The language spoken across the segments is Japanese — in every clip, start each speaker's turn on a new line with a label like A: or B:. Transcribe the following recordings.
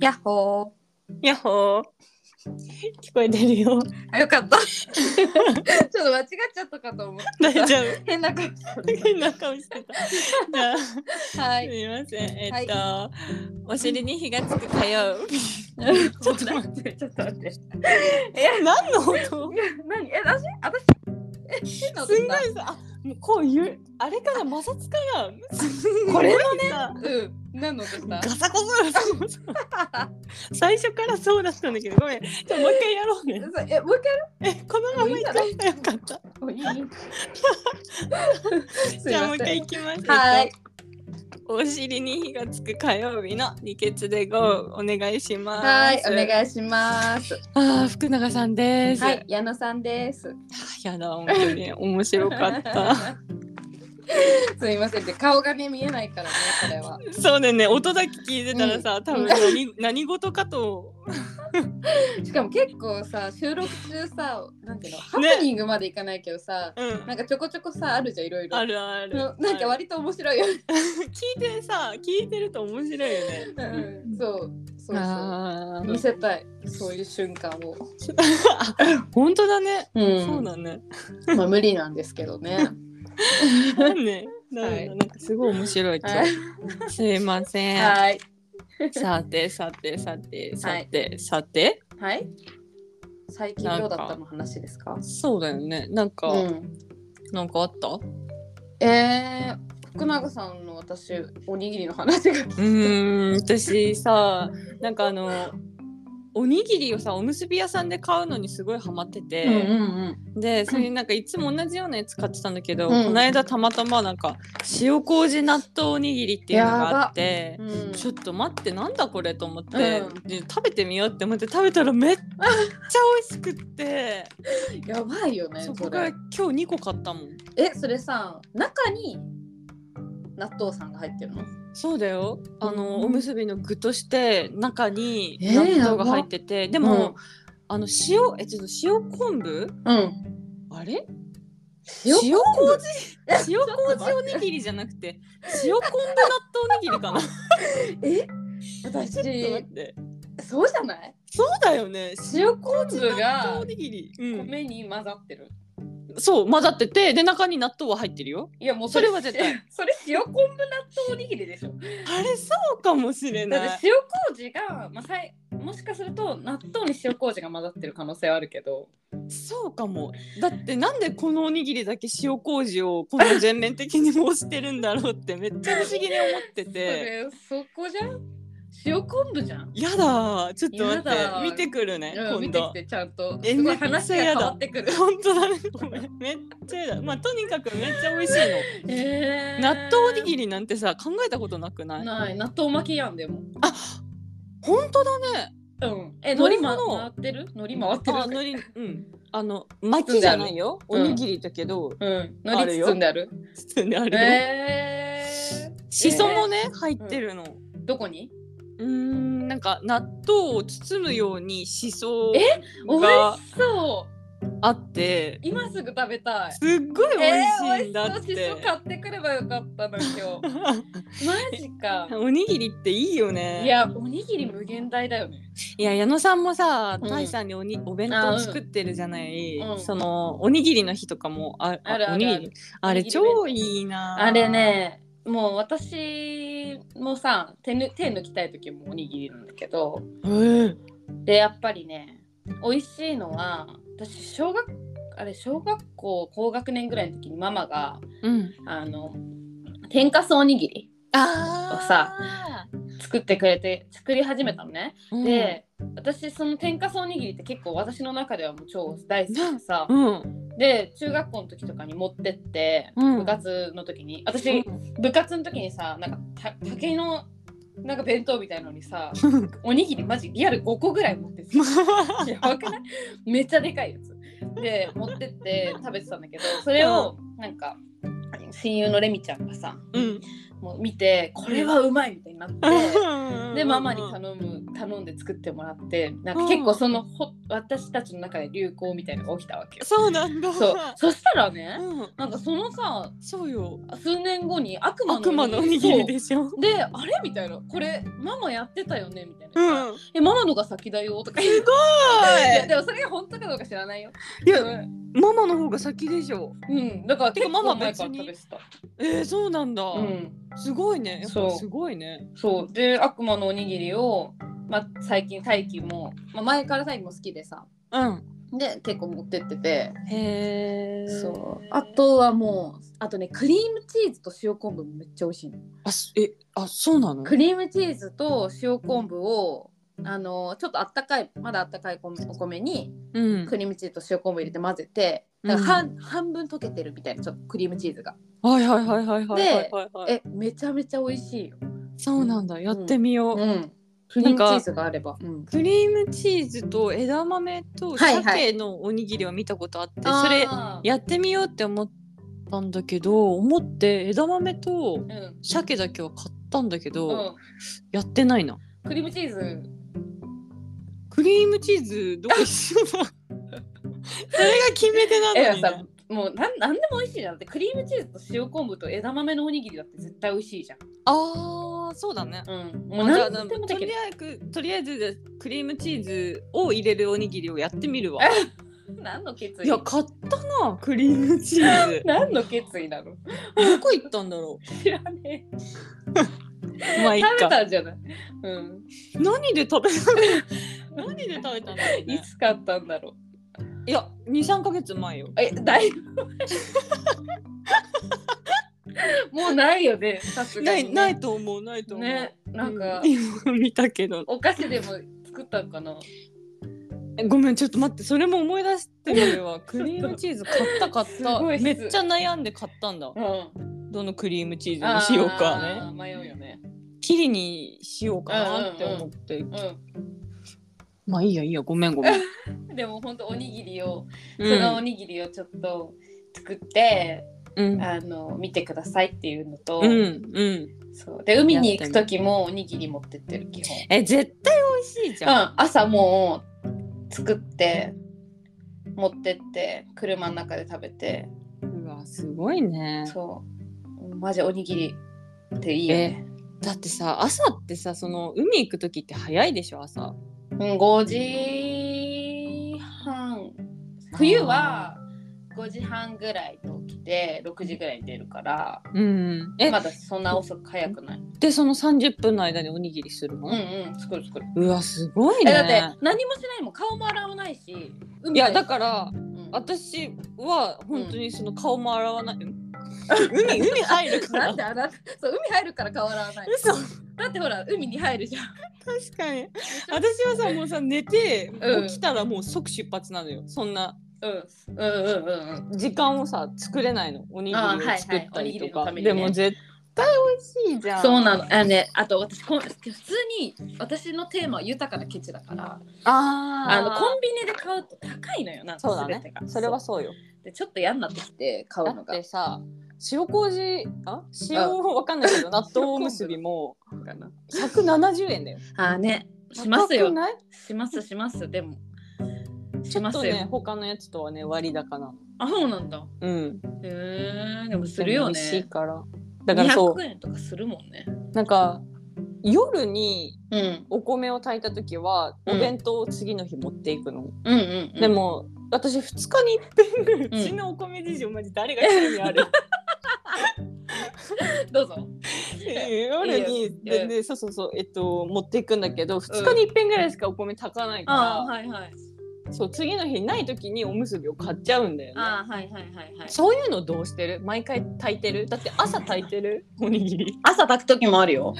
A: やっほ
B: やっほー。聞こえて るよ。
A: ーあよかったちょっと間違っちゃったかと思った
B: 大丈
A: 変な感
B: 夫。変な顔して た。じゃあ、す
A: じはい
B: みません。えっと、お尻に火がつく火 曜日。
A: ちょっと待ってちょっと 待って
B: 何の音
A: いや何え私私え変な
B: す
A: 音
B: んご
A: だ
B: いさ、あもうこういう、あれかな、摩擦かな。
A: これ
B: もね、
A: うん何の音だ
B: ガサゴソ。最初からそうだったんだけど、ごめん。じゃあもう一回やろうね。
A: えもう一回や
B: え、このままいったらよかった。
A: ろういい すい
B: じゃあも
A: ま
B: う一回
A: せん
B: 行きます。
A: はい
B: えっと。お尻に火がつく火曜日の二血でゴーお願いします。
A: はいお願いします
B: ああ福永さんです。
A: はい矢野さんです
B: いやだ本当に面白かった。
A: すいませんで顔がね見えないからねこれは
B: そうだよね音だけ聞いてたらさ、多分何何事かと
A: しかも結構さ収録中さなんていうのハ
B: ね
A: プニングまでいかないけどさ、
B: うん
A: なんかちょこちょこさあるじゃんいろいろ
B: あるある。
A: のなんか割と面白いよね、
B: 聞いてさ聞いてると面白いよね。
A: うんそうそうそ
B: あ
A: う見せたいそういう瞬間を、
B: あ本当だね。
A: う
B: そうんだね。
A: まあ、無理なんですけどね
B: ね。なんだ
A: はい
B: なんかすごい面白い今日。
A: はい
B: すいませ ん。
A: はい
B: さてさてさてさてさて、
A: はい最近どうだったの話ですか
B: そうだよねなんか、
A: うん、
B: なんかあった
A: えー、福永さんの私おにぎりの話が
B: うーん私さなんかあのおにぎりをさおむすび屋さんで買うのにすごいハマって
A: うんうん
B: て、でそれになんかいつも同じようなやつ買ってたんだけ
A: う
B: ど、
A: ん
B: この間たまたまなんか塩麹納豆おにぎりっていうのがあって
A: うんうん
B: ちょっと待ってなんだこれと思って、
A: うん
B: で食べてみようって思って食べたらめっちゃ美味し くって
A: やばいよね
B: そ
A: そ
B: こから
A: れ
B: 今日2個買ったもん
A: えそれさ中に納豆さんが入ってるの
B: そうだよあの、
A: うん
B: おむすびの具として中に
A: えー
B: 納豆が入ってて、でも、
A: うん
B: あの塩えちょっと塩昆布
A: うん
B: あれ
A: 塩
B: 塩麹 塩
A: と待
B: 麹おにぎりじゃなくて塩昆布納豆おにぎり かなち
A: え
B: ょっと待っ
A: 私
B: て
A: そうじゃない
B: そうだよね
A: 塩昆布
B: 納豆
A: が
B: おにぎり、うん、
A: 米に混ざってる
B: そう混ざっててで中に納豆は入ってるよ
A: いやもう
B: それは絶対
A: それ塩昆布納豆おにぎりでしょ
B: あれそうかもしれ
A: だっ
B: ない
A: て塩麹が、まあ、さいもしかすると納豆に塩麹が混ざってる可能性はあるけど
B: そうかもだってなんでこのおにぎりだけ塩麹をこの全面的に推してるんだろうってめっちゃ不思議に思って
A: そ
B: て
A: れそこじゃん塩昆布じゃん
B: やだーちょっと待って
A: やだー
B: 見てくるね、
A: うん、見
B: 今
A: て
B: 度
A: きてちゃんと
B: え
A: すごい話が変わって くる
B: 本当だねごめんめっちゃやだまあとにかくめっちゃ美味しいの
A: えー
B: 納豆おにぎりなんてさ考えたことなくない
A: ない納豆巻きやんでも
B: 本当だね
A: うんえ
B: な
A: 海
B: る
A: 苔回
B: ほど
A: ってる海苔回ってる
B: あのりうんあの巻きじゃないよお
A: 包んである
B: にぎりだけど、
A: うん海
B: ある
A: 苔
B: よ
A: 包んである
B: 普通にあるよ、
A: えー、
B: しそもね入ってるの、
A: どこに
B: うーんなんか納豆を包むようにしそ
A: え美
B: が
A: 味しそう
B: あって
A: 今すぐ食べたい
B: すっごい美味しいん
A: え
B: だ
A: ー、
B: っ
A: 美味しそうしそ
B: て、
A: 買ってくればよかったな今日マジか
B: おにぎりっていいよね
A: いやおにぎり無限大だよね
B: いや矢野さんもさ
A: うん
B: たいさんにおにお弁
A: あ
B: 当
A: うん
B: 作ってるじゃない、
A: うん
B: そのおにぎりの日とかもあ
A: あるある
B: おにぎりあ
A: お
B: れ
A: にぎり弁当
B: 超いいな
A: あれねもう私もさ手ぬ手抜きたい時もおにぎりなんだけど
B: うん
A: でやっぱりね美味しいのは私小学あれ小学校高学年ぐらいの時にママが
B: うん
A: あの天かすおにぎり
B: あー
A: さ作ってくれて作り始めたのね、
B: うん
A: で私その天かすおにぎりって結構私の中ではもう超大好きでさ、
B: うん
A: で中学校の時とかに持ってって、
B: うん
A: 部活の時に私部活の時にさなんかた竹のなんか弁当みたいのにさ
B: うん
A: おにぎりマジリアル5個ぐらい持ってて やばくないめっちゃでかいやつで持ってって食べてたんだけどそれをなんか親友のレミちゃんがさ
B: うん
A: もう見てこれはうまいみたいになって
B: で
A: でママに頼む頼んで作ってもらってなんか結構そのほ私たちの中で流行みたいなのが起きたわけよ。
B: そうなんだ
A: そうそしたらね
B: うん、
A: なんかそのさ
B: そうよ
A: 数年後に悪魔の
B: 悪魔のおにぎりでしょ
A: そうであれみたいなこれママやってたよねみたいな、
B: うん
A: えママのが先だよとか言っ
B: すご
A: いや
B: い
A: でもそれが本当かどうか知らないよ。
B: いや
A: うん
B: ママの方が先でしょ
A: うん、だから
B: てか
A: 結
B: マ
A: 構
B: マ
A: 前
B: 別
A: から
B: に
A: 食べてた。
B: えー、そうなんだ、
A: うん、
B: すごいねやっ
A: そ
B: ぱ
A: う
B: すごいね
A: そうで悪魔のおにぎりを、まあ、最近大輝も、まあ、前から大輝も好きでさ
B: うん
A: で結構持ってってて
B: へえ
A: そうあとはもうあとねクリームチーズと塩昆布もめっちゃ美味しいの
B: あすえあそうなの
A: クリームチーズと塩昆布をあのちょっとあったかいまだあったかいお米お米に
B: うん
A: クリームチーズと塩昆布入れて混ぜてだから半,、半分溶けてるみたいなちょっとクリームチーズが
B: はいはいはいはいはいはいはいはい
A: えめちゃめちゃ美味しいよ
B: そうなんだやってみよう、
A: うん。クリームチーズがあれば。うん。
B: クリームチーズと枝豆と
A: はいはい
B: 鮭のおにぎりを見たことあって、それやってみようって思ったんだけど思って枝豆と
A: れ。うん。
B: 鮭だけは買ったんだけど、
A: うん。
B: やってないな
A: クリームチーズ。
B: クリームチーズどうしよ うそれが決め手な
A: え
B: のに、
A: さ
B: ね、、
A: もうなんなんでも美味しいじゃん。だってクリームチーズと塩昆布と枝豆のおにぎりだって絶対美味しいじゃん。
B: あーそうだね
A: うん。もう
B: じゃあ
A: 何
B: で
A: で
B: も
A: も
B: と
A: できる。
B: りあえずとりあえずでクリームチーズを入れるおにぎりをやってみるわ
A: 何の決
B: い
A: 意
B: や買ったなクリームチーズ
A: 何の決意なの
B: どこ行ったんだろ
A: 知らねえ。
B: うまあいい
A: 食べ
B: か
A: たんじゃないうん。
B: 何で食べたの 何で食べたんだろう、
A: い
B: ね、
A: つ買ったんだろう。
B: いや23か月前よ
A: え、だ いぶ前。もうないよね、さす
B: な
A: が
B: い
A: に。
B: ない。と思うないと思う、
A: ね、なんか
B: う、今見たけど
A: お菓子でも作ったんかな。
B: えごめんちょっと待ってそれも思い出してるわ クリームチーズ買った 買っ
A: す
B: た
A: ごい
B: めっちゃ悩んで買ったんだ
A: うん。
B: どのクリームチーズにしようかね
A: あー迷うよね。
B: キリにしようかなって思って、
A: う
B: まあいいやいいやごめんごめん、
A: ん。でも本当おにぎりを、
B: うん
A: そのおにぎりをちょっと作って、
B: うん
A: あの見てくださいっていうのと、
B: うんうん
A: そうで海に行く時もおにぎり持ってってる基本。
B: え絶対美味しいじ
A: う
B: ゃん、
A: ん、朝もう作って持ってって車の中で食べて、
B: うわすごいね
A: そうマジおにぎりっていいよね。
B: だってさ朝ってさその海行く時って早いでしょ朝
A: うん、5時半冬は5時半ぐらいと起きて6時ぐらいに出るから
B: うんえ、
A: まだそんな遅く早くない
B: でその30分の間におにぎりするの、
A: うんうん作る作る、
B: うわすごい
A: え
B: ね
A: だって何もしないもん顔も洗わないし
B: いやだ
A: ら、
B: から
A: うん
B: 私は本当にその顔も洗わない、 海海入るか
A: な
B: ら
A: んで洗うそう海入るから顔洗わない
B: 嘘
A: だってほら海に入るじゃん
B: 確かに私はさもうさ寝て
A: うん
B: 起きたらもう即出発なのよそんな
A: うんうんうんうんうん
B: 時間をさ作れないのおにぎり
A: あーはいは
B: を
A: い
B: 作ったりとか、
A: おにぎりのために
B: で
A: ね
B: も絶対美味しいじゃん
A: そうなのあのねあと私こん普通に私のテーマは豊かなケチだから
B: あー
A: あのコンビニで買うと高いのよなんか
B: そうだ
A: 全て
B: ね
A: が
B: それはそうよ
A: でちょっと嫌になってきて買
B: だ
A: うの
B: っ
A: が
B: てさ塩麹あ塩わかんない けど納豆おむすびも170円だよ
A: ああねしますよ
B: 高くない
A: しますしますでも
B: ち
A: し
B: ょ
A: ま
B: っと
A: すよ、
B: ね他のやつとはね割高なの
A: あそうなんだ
B: うん
A: へえでもするよ
B: 美味し
A: ね
B: いからだからそう
A: 200円とかするもんね
B: なんか夜に
A: うん
B: お米を炊いた時は
A: うん
B: お弁当を次の日持っていくの、
A: うんうん、うん、
B: でも私2日に一遍ぐらい
A: うん
B: うちのお米事情マジ誰が興味ある
A: どうぞ
B: 夜にででそうそうそうえっと持っていくんだけど2
A: う
B: 日
A: ん
B: に一遍ぐらいしかお米炊かないか
A: あ
B: ら、
A: あはいはい
B: そう次の日ない時におむすびを買っちゃうんだよね
A: ああはいはいはいはい
B: そういうのどうしてる毎回炊いてるだって朝炊い てるおにぎり
A: 朝炊く時もあるよ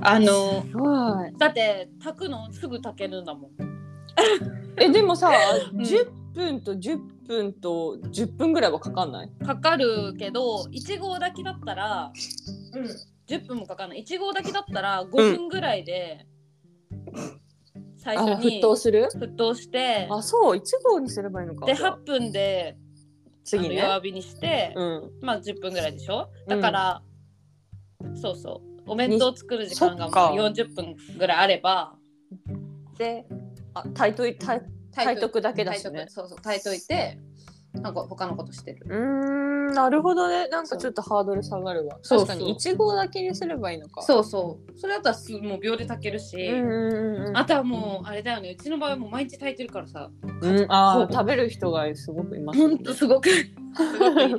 A: あの
B: はい
A: だって炊くのすぐ炊けるんだもん
B: えでもさ、
A: うん
B: 10分と10分と10分ぐらいはかかんない
A: かかるけど1合炊きだったら、うん、10分もかかんない1合炊きだったら5分ぐらいで最
B: あ
A: 初
B: 沸
A: に
B: 騰する
A: 沸騰して
B: あそう1合にすればいいのか
A: で
B: じゃあ
A: 8分であの
B: 次ね
A: 弱火にして、
B: うん
A: まあ10分ぐらいでしょ
B: う
A: だ
B: ん
A: から、そうそうお弁当作る時間がもう
B: そっ
A: 40分ぐらいあれば
B: であ炊いとい炊炊いとくだけだし
A: 炊い
B: ね
A: とくそうそう炊いといてなんか他のことしてる
B: うーんなるほどねなんかちょっとハードル下がるわ
A: そう
B: 確かにいちごだけにすればいいのか
A: そうそうそれだったらすもう秒で炊けるし、
B: うんうんうん
A: あとはもうあれだよねうちの場合はもう毎日炊いてるからさ
B: うん、あ
A: そ
B: あ
A: う
B: 食べる人がすごくいます
A: ほんとすごくすごくい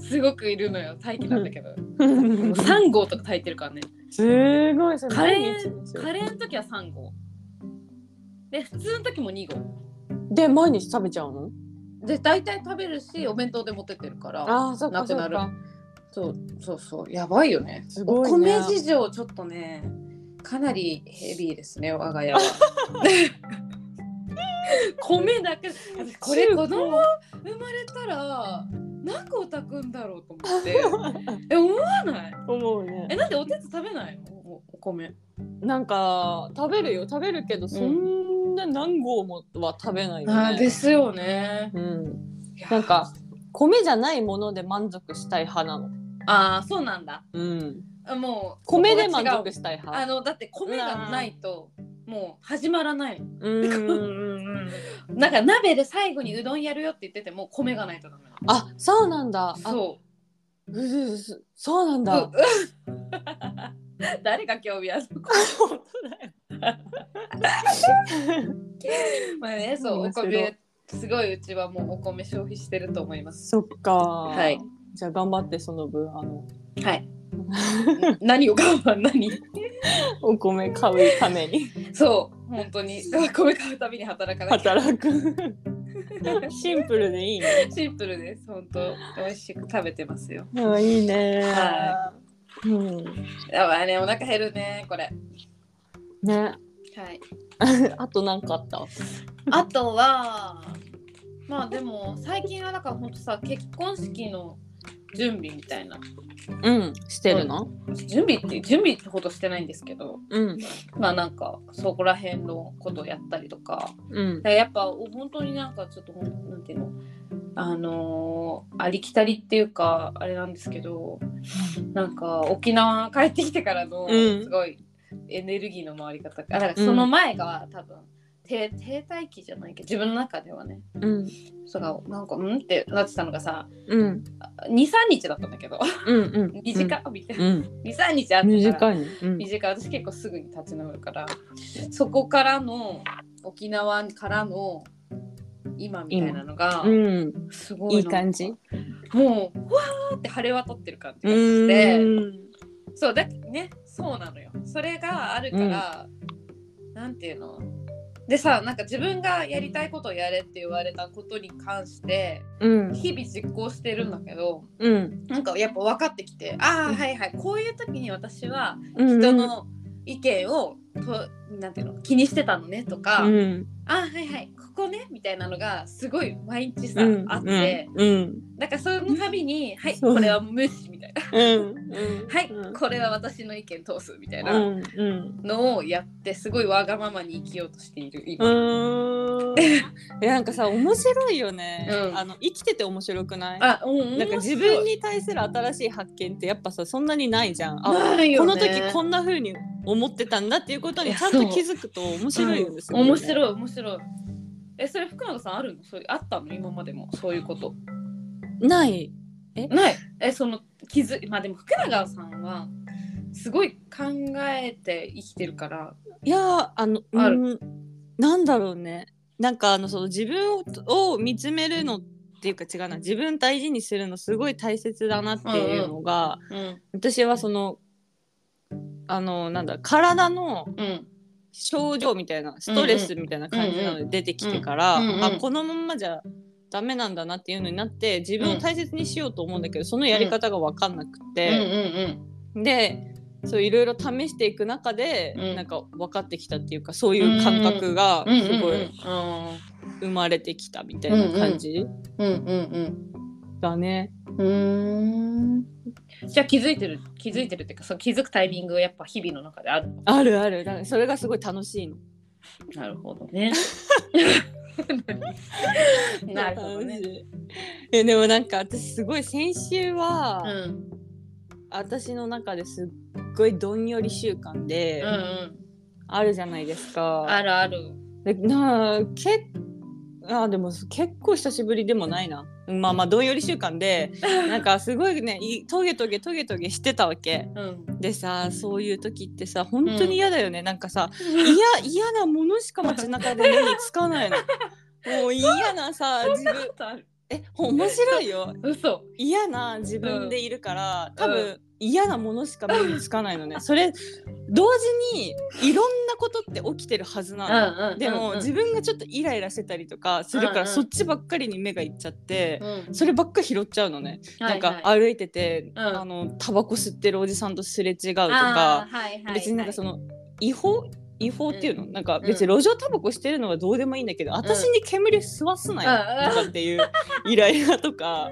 A: すごくいるのよ大気なんだけど
B: うん
A: 3合とか炊いてるからね
B: すごいそれ
A: カレー
B: 毎日ですよ
A: カレーの時は3合で普通の時も2合
B: で毎日食べちゃうの
A: で大体食べるしお弁当で持ってってるから
B: ああそっ
A: な
B: か
A: く
B: そ
A: な
B: っ
A: る
B: か
A: そうそうそうやばいよね
B: す
A: お
B: ごいね
A: 米事情ちょっとねかなりヘビーですね我が家は米だけ私これ子供生まれたら何個炊くんだろうと思ってえ思わない
B: 思うね
A: えなんでお手つ食べないのおお米
B: なんか食べるよ食べるけどそんな何合もは食べないよね、
A: あーですよね
B: うん、なんか米じゃないもので満足したい派なの、
A: ああそうなんだ
B: うん、
A: あもう
B: 米で
A: そ
B: 満
A: こが違
B: 足
A: う
B: したい
A: あ
B: 派
A: のだって米がないともう始まらない
B: うんうんうん
A: なんか鍋で最後にうどんやるよって言ってても米がないとダメなの
B: あそうなんだあ
A: そう
B: ずうずそうなん
A: う
B: だ、
A: う誰が興味あるのまあねそうお
B: 面白い
A: 米すごいうちはもうお米消費してると思います
B: そっか
A: はい
B: じゃあ頑張ってその分あの
A: はい 何を我慢何
B: お米買うため に
A: そう本当に米買うたびに働かなきゃ
B: 働く シンプルでいいね
A: シンプルです本当美味しく食べてますよ
B: あいいね
A: は
B: うん
A: やばいねお腹減るねこれ
B: ね
A: はい
B: あとなんかあった
A: あとはまあでも最近はだからほんとさ結婚式の準備みたいな
B: うんしてるの
A: 準備って準備ってほどしてないんですけど
B: うん
A: まあなんかそこら辺のことをやったりとか
B: うん
A: でやっぱお本当になんかちょっとほんなんていうのあのーありきたりっていうかあれなんですけどなんか沖縄帰ってきてからの
B: うん
A: すごいエネルギーの回り方、あだからその前が多分停停滞期じゃないけど自分の中ではね
B: うん
A: そがなんかうんってなってたのがさ
B: うん
A: 23日だったんだけど
B: うんうん
A: 短みたいな
B: うん
A: 23日あったから
B: 短いねうん
A: 短い私結構すぐに立ち直るからそこからの沖縄からの今みたいなのが
B: うん
A: すごい
B: い
A: ない
B: 感じ
A: もうふわーって晴れ渡ってる感じがして
B: うん
A: そうだねそうなのよそれがあるから、なんていうのでさなんか自分がやりたいことをやれって言われたことに関して
B: うん
A: 日々実行してるんだけど
B: うん
A: なんかやっぱ分かってきてああはいはいこういう時に私は
B: うん
A: 人の意見をとなんていうの気にしてたのねとか、
B: うん
A: ああはいはいここねみたいなのがすごい毎日さ、
B: うん
A: あって、
B: うん
A: だからその度に「はい
B: そう
A: これは無視」みたいな
B: う
A: 「
B: ん
A: はい
B: うん
A: これは私の意見通す」みたいうなん
B: うん
A: のをやってすごいわがままに生きようとしている
B: う
A: 今。
B: ーん えなんかさ面白いよね、
A: うん
B: あの生きてて面白くない
A: あうん
B: なんか自分に対する新しい発見ってやっぱさそんなにないじゃん。あ、
A: ないよ、
B: こ
A: ね、
B: の時こんな風に思ってたんだっていうこと
A: い
B: に
A: や
B: ちゃんと気づくと面白いんですよ、
A: うん
B: ね
A: 面白い面白いえそれ福永さんあるのそういうあったの今までもそういうこと
B: ない。
A: ないえその気づまあでも福永さんはすごい考えて生きてるから
B: いやーあの
A: あ
B: うんなんだろうね。なんかあのその自分を見つめるのっていうか違うな自分大事にするのすごい大切だなっていうのが、
A: うん
B: 私はそのあのなんだ体の
A: うん
B: 症状みたいなストレスみたいな感じなので出てきてから、
A: うんうん
B: あこのまんまじゃダメなんだなっていうのになって自分を大切にしようと思うんだけど、そのやり方が分かんなく
A: うんうん
B: て、でそういろいろ試していく中で、
A: うん
B: なんか分かってきたっていうかそういう感覚が
A: うんうん
B: すごい
A: あ
B: 生まれてきたみたいな感じ
A: ーうんうん
B: だね。
A: うんうんじゃあ気づいてる気づいてるっていうかその気づくタイミングがやっぱ日々の中である
B: あるあるだからそれがすごい楽しいの。
A: なるほど ねなるほどね
B: 楽しいえでもなんか私すごい先週は、
A: うん
B: 私の中ですっごいどんより習慣で、
A: うんうん
B: あるじゃないですか。
A: あるある
B: でなあけあでも結構久しぶりでもないな。まあまあどんより習慣でなんかすごいねいトゲトゲトゲトゲしてたわけ。
A: うん
B: でさそういう時ってさ本当に嫌だよね、なんかさ嫌嫌なものしか街中で目につかないの。もう嫌なさ自分え面白いよ
A: 嘘
B: 嫌な自分でいるから、多分、
A: う
B: 嫌なものしか目につかないのねそれ同時にいろんなことって起きてるはず
A: う
B: なの、
A: んうん
B: でも、自分がちょっとイライラしてたりとかするから、
A: うんうん
B: そっちばっかりに目がいっちゃって、
A: 分
B: そればっか拾っちゃうのね、なんか歩いてて、
A: うん
B: あのタバコ吸ってるおじさんとすれ違うと
A: あ
B: か、
A: ーはいはい
B: 別になんかその違法違法っていうの、なんか
A: ん
B: 別に路上タバコしてるのはどうでもいいんだけど、私に煙吸わすなよ、
A: はい
B: とかっていうイライラとか。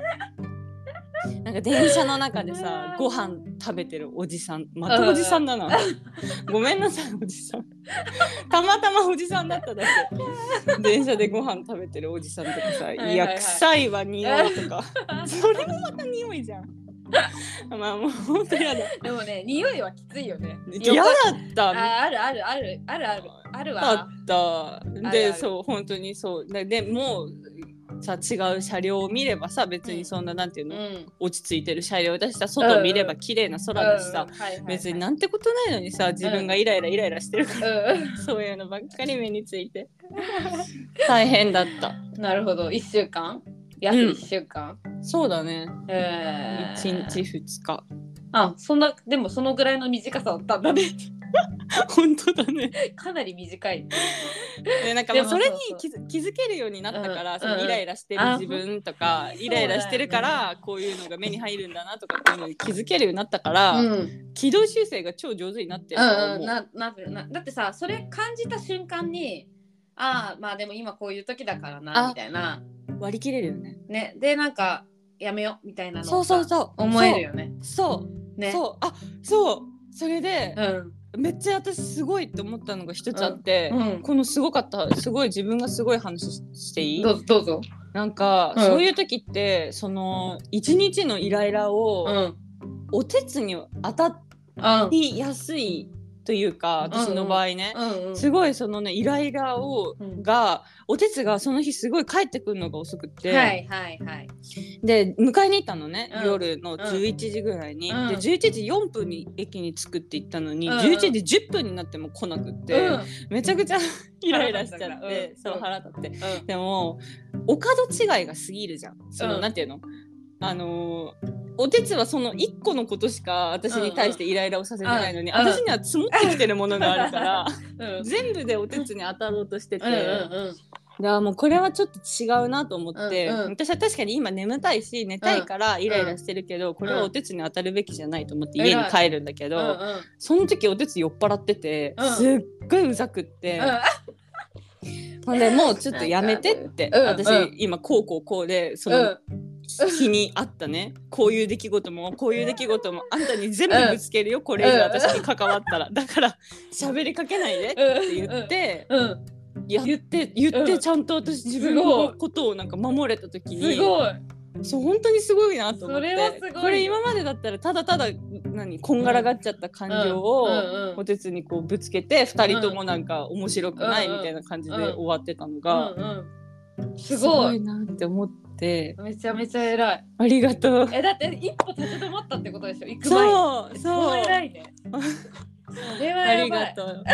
B: なんか電車の中でさご飯食べてるおじさんまたおじさん だなごめんなさいおじさんたまたまおじさんだっただけ電車でご飯食べてるおじさんとかさ「
A: いはい
B: いや臭いわ匂い」とかそれもまた匂いじゃんまあもう本当やだ
A: うんでもね匂いはきついよね
B: 嫌だった
A: あーあるあるあるあるあるある
B: あ
A: わ
B: った
A: あるあ
B: で
A: る
B: そう本当にそうででもうさ違う車両を見ればさ別にそんな、なんていう
A: う
B: の、
A: ん
B: 落ち着いてる車両だしさ外を見れば綺麗な空だしさ、
A: うんはいはいはい
B: 別になんてことないのにさ自分がイライライライラしてるから、
A: う
B: そういうのばっかり目につ いて大変だった
A: んなるほど一週間約
B: うん
A: 一週間
B: そうだね
A: えー
B: 1日2日
A: あそんなでもそのぐらいの短さだったんだね
B: 本当だね
A: かなり短い
B: でなんか
A: で
B: も
A: も
B: うそれに
A: そうそう
B: 気づ気づけるようになったから、
A: うん
B: そのイライラしてる自分とか、イライラしてるからこういうのが目に入るんだなとかっていうのに気づけるようになったから、
A: うん
B: 軌道修正が超上手になってると
A: うん
B: 思う、
A: うんなななだってさそれ感じた瞬間にああまあでも今こういう時だから
B: あ
A: なみたいな
B: 割り切れるよね
A: ねでなんかやめようみたいなの
B: そうそう
A: う
B: そう
A: 思えるよね
B: そう
A: ね
B: そうあそうそれで
A: う、ん
B: めっちゃ私すごいって思ったのが一つあって、
A: うん
B: このすごかったすごい自分がすごい話ししていい
A: どうぞどうぞ
B: なんか、
A: うん
B: そういう時ってその一日のイライラ
A: う
B: を
A: んうん
B: お手つに当たりやすいというか
A: うんうん
B: 私の場合ね、
A: うんうん
B: すごいそのねイライラを
A: うん
B: がお手つがその日すごい帰ってくるのが遅くて、
A: はいはいはい
B: で迎えに行ったのね、
A: うん
B: 夜の11時ぐらいに、
A: うん
B: で11時4分に駅に着くって言ったのに、
A: うん
B: 11時10分になっても来なくて、
A: うん
B: めち ゃくちゃイライラしちゃっ
A: 腹立
B: て、
A: つんだ
B: そ
A: う
B: う
A: ん
B: 腹立って
A: う
B: でもお門違いが過ぎるじゃんその、
A: うん
B: なんていうのあのーおてつはその1個のことしか私に対してイライラをさせてないのに、
A: うんうん
B: 私には積もってきてるものがあるから、
A: んうん
B: 全部でおてつに当たろうとしてて、
A: うんうん
B: だからもうこれはちょっと違うなと思って、
A: うんうん
B: 私は確かに今眠たいし寝たいからイライラしてるけど、これはお手つに当たるべきじゃないと思って
A: うん
B: 家に帰るんだけど、
A: うんうん
B: その時お手つ酔っ払ってて、
A: うん
B: すっごいうざくって、ほんでもうちょっとやめてって、
A: うん
B: 私、
A: うん
B: 今こうこうこうでその日にあったね、こういう出来事もこういう出来事もあんたに全部ぶつけるよ、これ以上私に関わったら、だから喋りかけないでって言って。
A: うんうん
B: やって言って、
A: うん
B: ちゃんと私自分
A: すご
B: の
A: い
B: ことをなんか守れた時に
A: すごい
B: そう本当にすごいなと思って
A: それはすごいよ
B: これ今までだったらただただ何こんがらがっちゃった感情を、
A: うん
B: おてつにこうぶつけて二人ともなんか面白くないみたいな感じで
A: うんうん
B: 終わってたの
A: う
B: が、
A: んうんすごい
B: なって思って
A: めちゃめちゃ偉い
B: ありがとう。
A: えだって一歩立ち止まったってことでしょ行く前に
B: そうそう
A: 偉いねそれは
B: あ
A: や
B: り
A: ば
B: が
A: い
B: とう。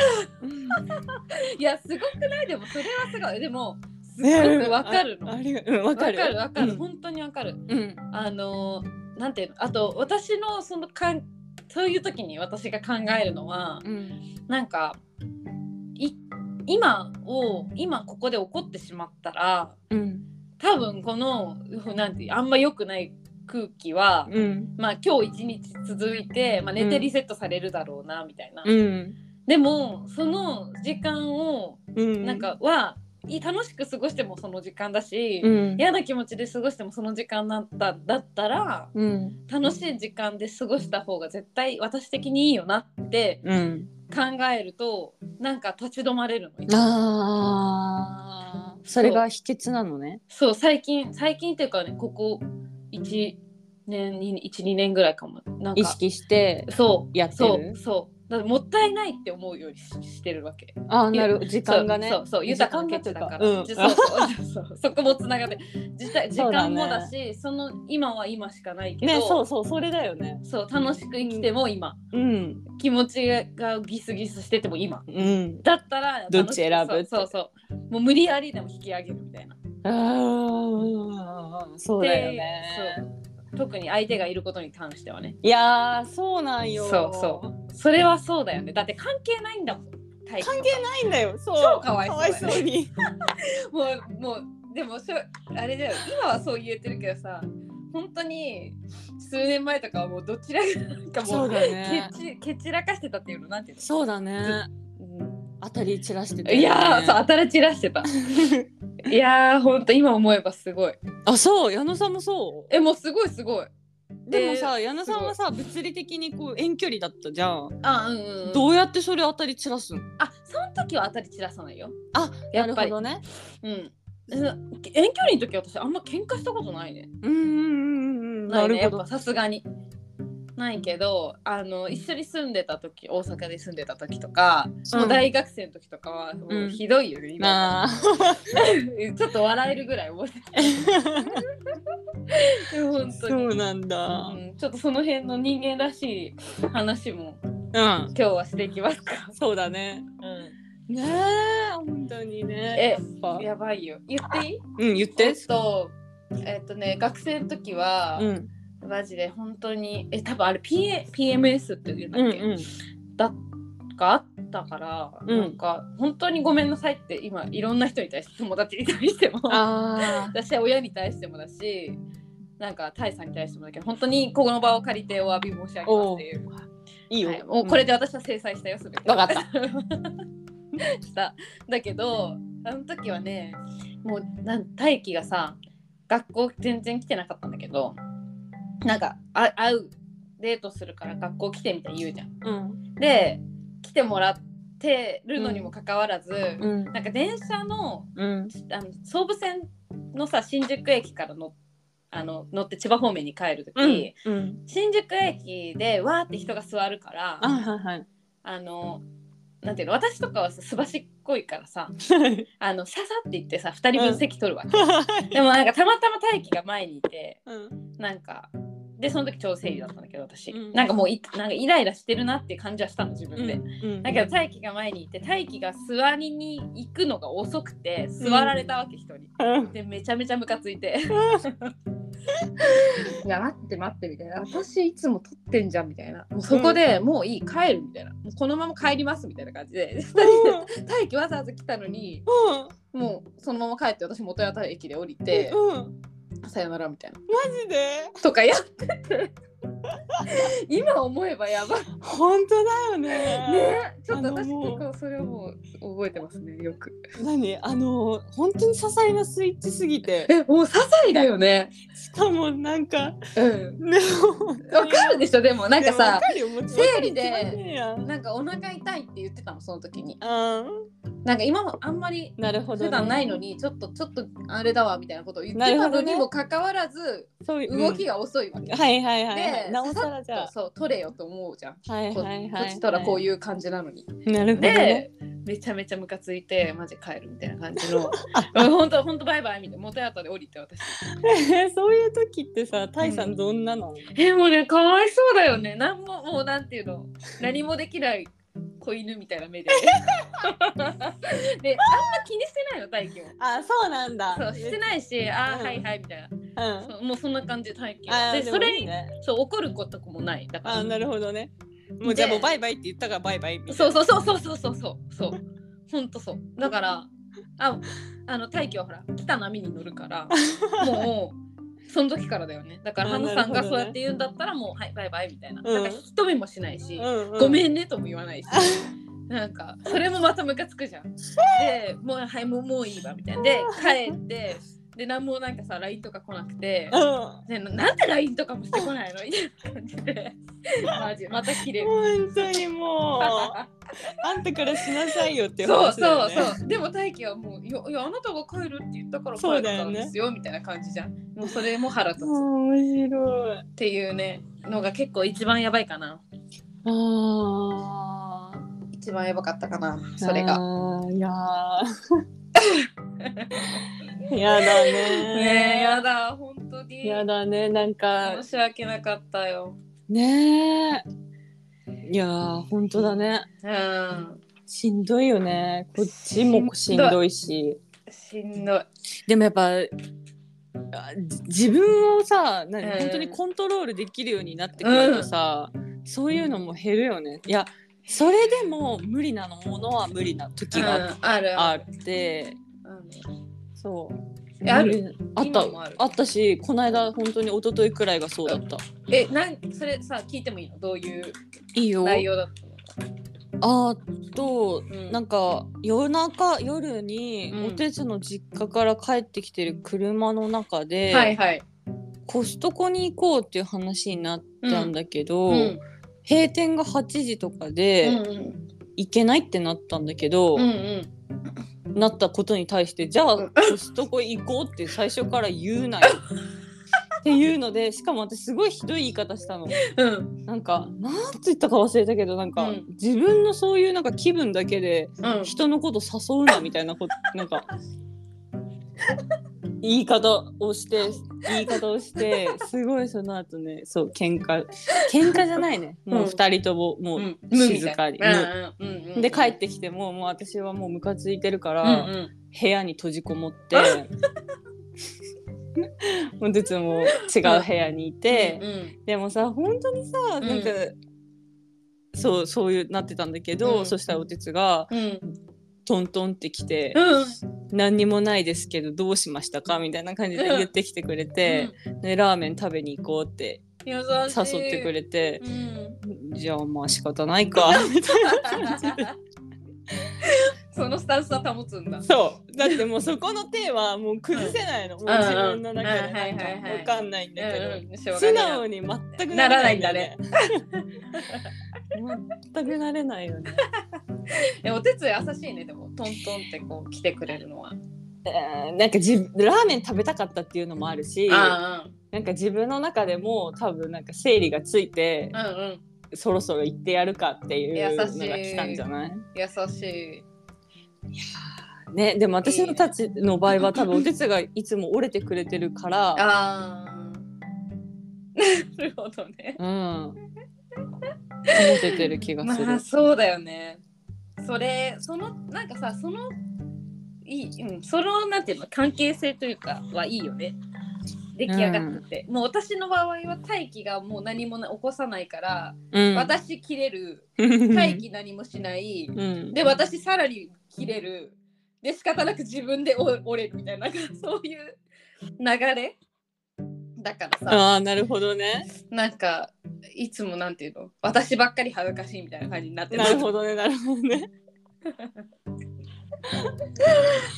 A: いやすごくないでもそれはすごいでもす
B: ね
A: ごくわかるの
B: ああ
A: わ
B: りがうんわ
A: か
B: か
A: る
B: る。
A: わかる
B: うん
A: 本当にわかる
B: うん
A: あのーなんていうのあと私のそのかんそういう時に私が考えるのは
B: うん
A: なんかい今を今ここで怒ってしまったら
B: うん
A: 多分このなんていうあんま良くない空気は、
B: うん
A: まあ今日一日続いて、まあ、寝てリセットされるだろうなみたいな、
B: うん
A: でもその時間を
B: うん
A: なんかは、い楽しく過ごしてもその時間だし、
B: うん
A: 嫌な気持ちで過ごしてもその時間だっただったら
B: うん
A: 楽しい時間で過ごした方が絶対私的にいいよなって
B: うん
A: 考えるとなんか立ち止まれるの
B: あーそれが秘訣なのね。
A: そう最近最近っていうかねここ1年に12年ぐらいかもなんか
B: 意識して
A: そう
B: やって
A: そ
B: る
A: うそうだからもったいないって思うようにししてるわけ
B: あーなる時間がね
A: そうそうそう豊かなケチだから
B: うん
A: じそうそうそうそこもつながって時代時
B: そうだ
A: 間
B: ね
A: もだしその今は今しかないけど、
B: ねそうそうそれだよね
A: そう楽しく生きても今、
B: うん
A: 気持ちがギスギスしてても今
B: うん
A: だったら
B: どっち選ぶ
A: 楽しくそうそうそうもう無理やりでも引き上げるみたいな
B: あーそうだよね
A: そう特に相手がいることに関してはね
B: いやーそうなんよ
A: そうそうそれはそうだよねだって関係ないんだもん関
B: 関係ないんだよそう
A: 超かわいそう
B: かわいそうに
A: もうもうでもそあれだよ今はそう言えてるけどさ本当に数年前とかはもうどちらがなんかも
B: そう
A: う
B: だね
A: ケチケチらかしてたっていうのなんていうの
B: そうだね当たり散らしてたよね
A: いやーそう当たら散ら してたいやーほんと今思えばすごい
B: あそう矢野さんもそう
A: えもうすごいすごい
B: でもさ矢野さんはさ物理的にこう遠距離だったじゃん、
A: あうんうんうん
B: どうやってそれ当たり散らすの
A: あその時は当たり散らさないよ
B: あ
A: やっぱ
B: なる
A: り
B: ほどね
A: うんうん遠距離の時私あんま喧嘩したことないね
B: うんうんうんうん
A: な
B: ない
A: ね
B: る
A: や
B: ほ
A: っぱ
B: ど
A: さすがにないけどあの一緒に住んでた時大阪で住んでた時とか、もう大学生の時とかはもうひどいよね、今
B: な あ
A: ちょっと笑えるぐらい覚えてる本当
B: そ
A: に
B: うなんだう、
A: うんんちょっとその辺の人間らしい話も今日はしていきますか、
B: そうだねねえ本当に
A: え
B: ねやっぱ
A: やばいよ言っていい
B: うん言って
A: えっとえっとね学生の時は、
B: うん
A: マジで本当にえ多分あれ PA PMS っていうんだ
B: うん
A: っ
B: う
A: け、
B: ん
A: だがあったから、
B: うん
A: なんか本当にごめんなさいって今いろんな人に対して友達に対しても
B: あ
A: 私は親に対してもだしなんか大さんに対してもだけど本当にこの場を借りてお詫び申し上げますっていう、
B: いいよ、
A: はいもうこれで私は制裁したよすべて
B: わかった
A: しただけどあの時はねもうなん大輝がさ学校全然来てなかったんだけどなんかあ会うデートするから学校来てみたいに言うじゃん
B: うん
A: で来てもらってるのにもかかわらず、
B: うん
A: なんか電車の
B: うん
A: あの総武線のさ新宿駅からのあの乗って千葉方面に帰る時、
B: うんうん
A: 新宿駅でわーって人が座るから
B: あはいはい
A: あのなんていうの私とかはさすばしっこいからさあのささって言ってさ2人分席取るわけ、でもなんかたまたま大輝が前にいて
B: うん
A: なんかでその時調整理だったんだけど私、
B: うん
A: なんかもういなんかイライラしてるなっていう感じはしたの自分で、
B: うん
A: だけど大輝が前にいて大輝が座りに行くのが遅くて座られたわけ人に。
B: うん
A: でめちゃめちゃムカついて。 いや待って待ってみたいな私いつも撮ってんじゃんみたいなもうそこでもういい帰るみたいなもうこのまま帰りますみたいな感じで2人 で大輝わざわざ来たのにもうそのまま帰って私元八幡駅で降りて
B: うん
A: さよならみたいな
B: マジで
A: とかやってて 今思えばやばい
B: 本当だよね
A: ねちょっと
B: あ
A: 私
B: のもう
A: 結構それをもう覚えてますねよく。
B: 何あの本当に些細なスイッチすぎて
A: えもう些細だよね。
B: しかもなんか
A: うん
B: ね
A: わかるでしょでもなんかさ
B: 生
A: 生理でなんかお腹痛いって言ってたのその時に
B: うん
A: なんか今もあんまり
B: なるほどね
A: 普段ないのにちょっとちょっとあれだわみたいなことを言って
B: なる
A: た
B: ほ
A: の
B: どね
A: にもかかわらず
B: そういう
A: 動きが遅いわけ、
B: うんはいはいはいはい
A: で
B: なおさらじゃあ
A: そう取れよと思うじゃん、
B: はい
A: こ
B: はいはい
A: こっちとらこういう感じなのに、
B: なるほどね
A: でめちゃめちゃムカついてマジ帰るみたいな感じ の本当本当バイバイみたいな元たで降りて私
B: そういう時ってさタイさんどんなの
A: えもうねかわいそうだよね何ももうなんていうの何もできない子犬みたいな 目でであんま気にしてないの大輝も
B: あそうなんだ
A: そうしてないし、あ
B: う
A: ー
B: ん
A: はいはいみたいな、
B: うん
A: そうもうそんな感じ体験
B: あー
A: で
B: でも
A: それ
B: いい
A: に
B: ね
A: そう怒ることもないだから
B: あなるほどねもうじゃあ
A: で
B: もうバイバイって言ったからバイバイみたいな
A: そうそうそうそうそうそうそうそうほんとそうだからああの大輝はほら来た波に乗るから もうその時からだよねだから
B: あー
A: 花さんが
B: なる
A: そ
B: ほどね
A: うやって言うんだったらもうはいバイバイみたいな,、
B: うん
A: なんか一目もしないし、
B: うんうん
A: ごめんねとも言わ ないしなんかそれもまたムカつくじゃん。でもうはいもうもういいわみたいなで帰ってで何もなんかさ LINE とか来なくて
B: う。ん
A: ね、なんで LINE とかもしてこないのみたいな感じでマジまた切れる
B: 本当にもうあんたからしなさいよって
A: そう
B: 話だ
A: そ
B: よ
A: う
B: ね
A: そうでも大輝はもうよいやあなたが帰るって言ったから帰
B: そう
A: っ
B: だ
A: た
B: よね
A: んですよみたいな感じじゃんもうそれも腹立つ
B: あー面白い
A: っていうねのが結構一番やばいかな
B: ああ
A: 一番やばかったかなそれが
B: いや ーやだね
A: ねえやだ本当に
B: やだねなんか
A: 申し訳なかったよ
B: ねえいやー本当だね
A: うん
B: しんどいよねこっちもしんどいし
A: しんどい
B: でもやっぱあじ自分をさ、何
A: うん
B: 本当にコントロールできるようになってくるとさ、そういうのも減るよねいやそれでも無理なのものは無理な時
A: うん
B: が
A: ある
B: あって、
A: うん
B: そう
A: えある
B: 無理あった
A: 今もある
B: あったしこの間本当に一昨日くらいがそうだった、
A: えなんそれさ聞いてもいいのどういう
B: いいよ
A: 内容だったのか
B: あと
A: うん
B: なんか夜中夜に
A: うん
B: おてつの実家から帰ってきてる車の中で、
A: はいはい
B: コストコに行こうっていう話になったんだけど、
A: うん
B: 閉店が8時とか
A: うん
B: で
A: うん
B: 行けないってなったんだけど、
A: うんうん
B: なったことに対してじゃあ
A: うん
B: コストコ行こうって最初から言うなよっていうのでしかも私すごいひどい言い方したの。
A: うん
B: なんかなんて言ったか忘れたけどなんか、
A: うん
B: 自分のそういうなんか気分だけで
A: うん
B: 人のこと誘うなみたいなこと なんか言い方 をして言い方をしてすごいその後ねそう喧嘩喧嘩じゃないねもう
A: うん
B: 2人とも、も
A: う
B: うん静かに、
A: 無みたいなうんうんうんうん
B: で帰ってきてももう私はもうムカついてるか
A: う
B: ら、
A: んうん
B: 部屋に閉じこもって。 もうずつも違う部屋にいて、
A: うん
B: でもさ本当にさ
A: ん
B: なんか、そうそういうなってたんだけど、
A: うん
B: そしたらおてつが
A: うん
B: トントンって来て、
A: うん
B: 何にもないですけどどうしましたかみたいな感じで言ってきてくれて、でラーメン食べに行こうって
A: 優しい
B: 誘ってくれて
A: う、ん
B: じゃあまあ仕方ないかみたいな感じで
A: そのスタンスは保つんだ
B: そうだってもうそこの手はもう崩せないの、もう自分の中で
A: うんうんはいはい
B: なんか
A: はい
B: わかんないんだけど、
A: うんうんしょうが
B: 素
A: ない
B: 直に全くよね 全くなれないよね。
A: えお手伝い優しいねでもトントンってこう来てくれるのは
B: えーなんかじラーメン食べたかったっていうのもあるしな
A: あ
B: んか自分の中でも多分なんか整理がついて
A: あうんうん
B: そろそろ行ってやるかっていうのが
A: 優しい
B: 来たんじゃない
A: 優しい
B: ね、でも私のたちの場合は多分お手伝がいつも折れてくれてるから、
A: ああ なるほどね
B: うん、保ててる気がする。
A: まあそうだよねそれそのなんかさそのいい、うん、そのなんていうの関係性というかはいいよね出来上がってて、もう私の場合は大輝がもう何もな起こさないから、
B: うん、
A: 私切れ る大
B: うん
A: 輝何もしない、
B: うん
A: で私さらに切れるで仕方なく自分で折折れるみたいななんかそういう流れだからさ
B: ああなるほどね。
A: なんかいつもなんていうの私ばっかり恥ずかしいみたいな感じになって
B: なるほどねなるほどね。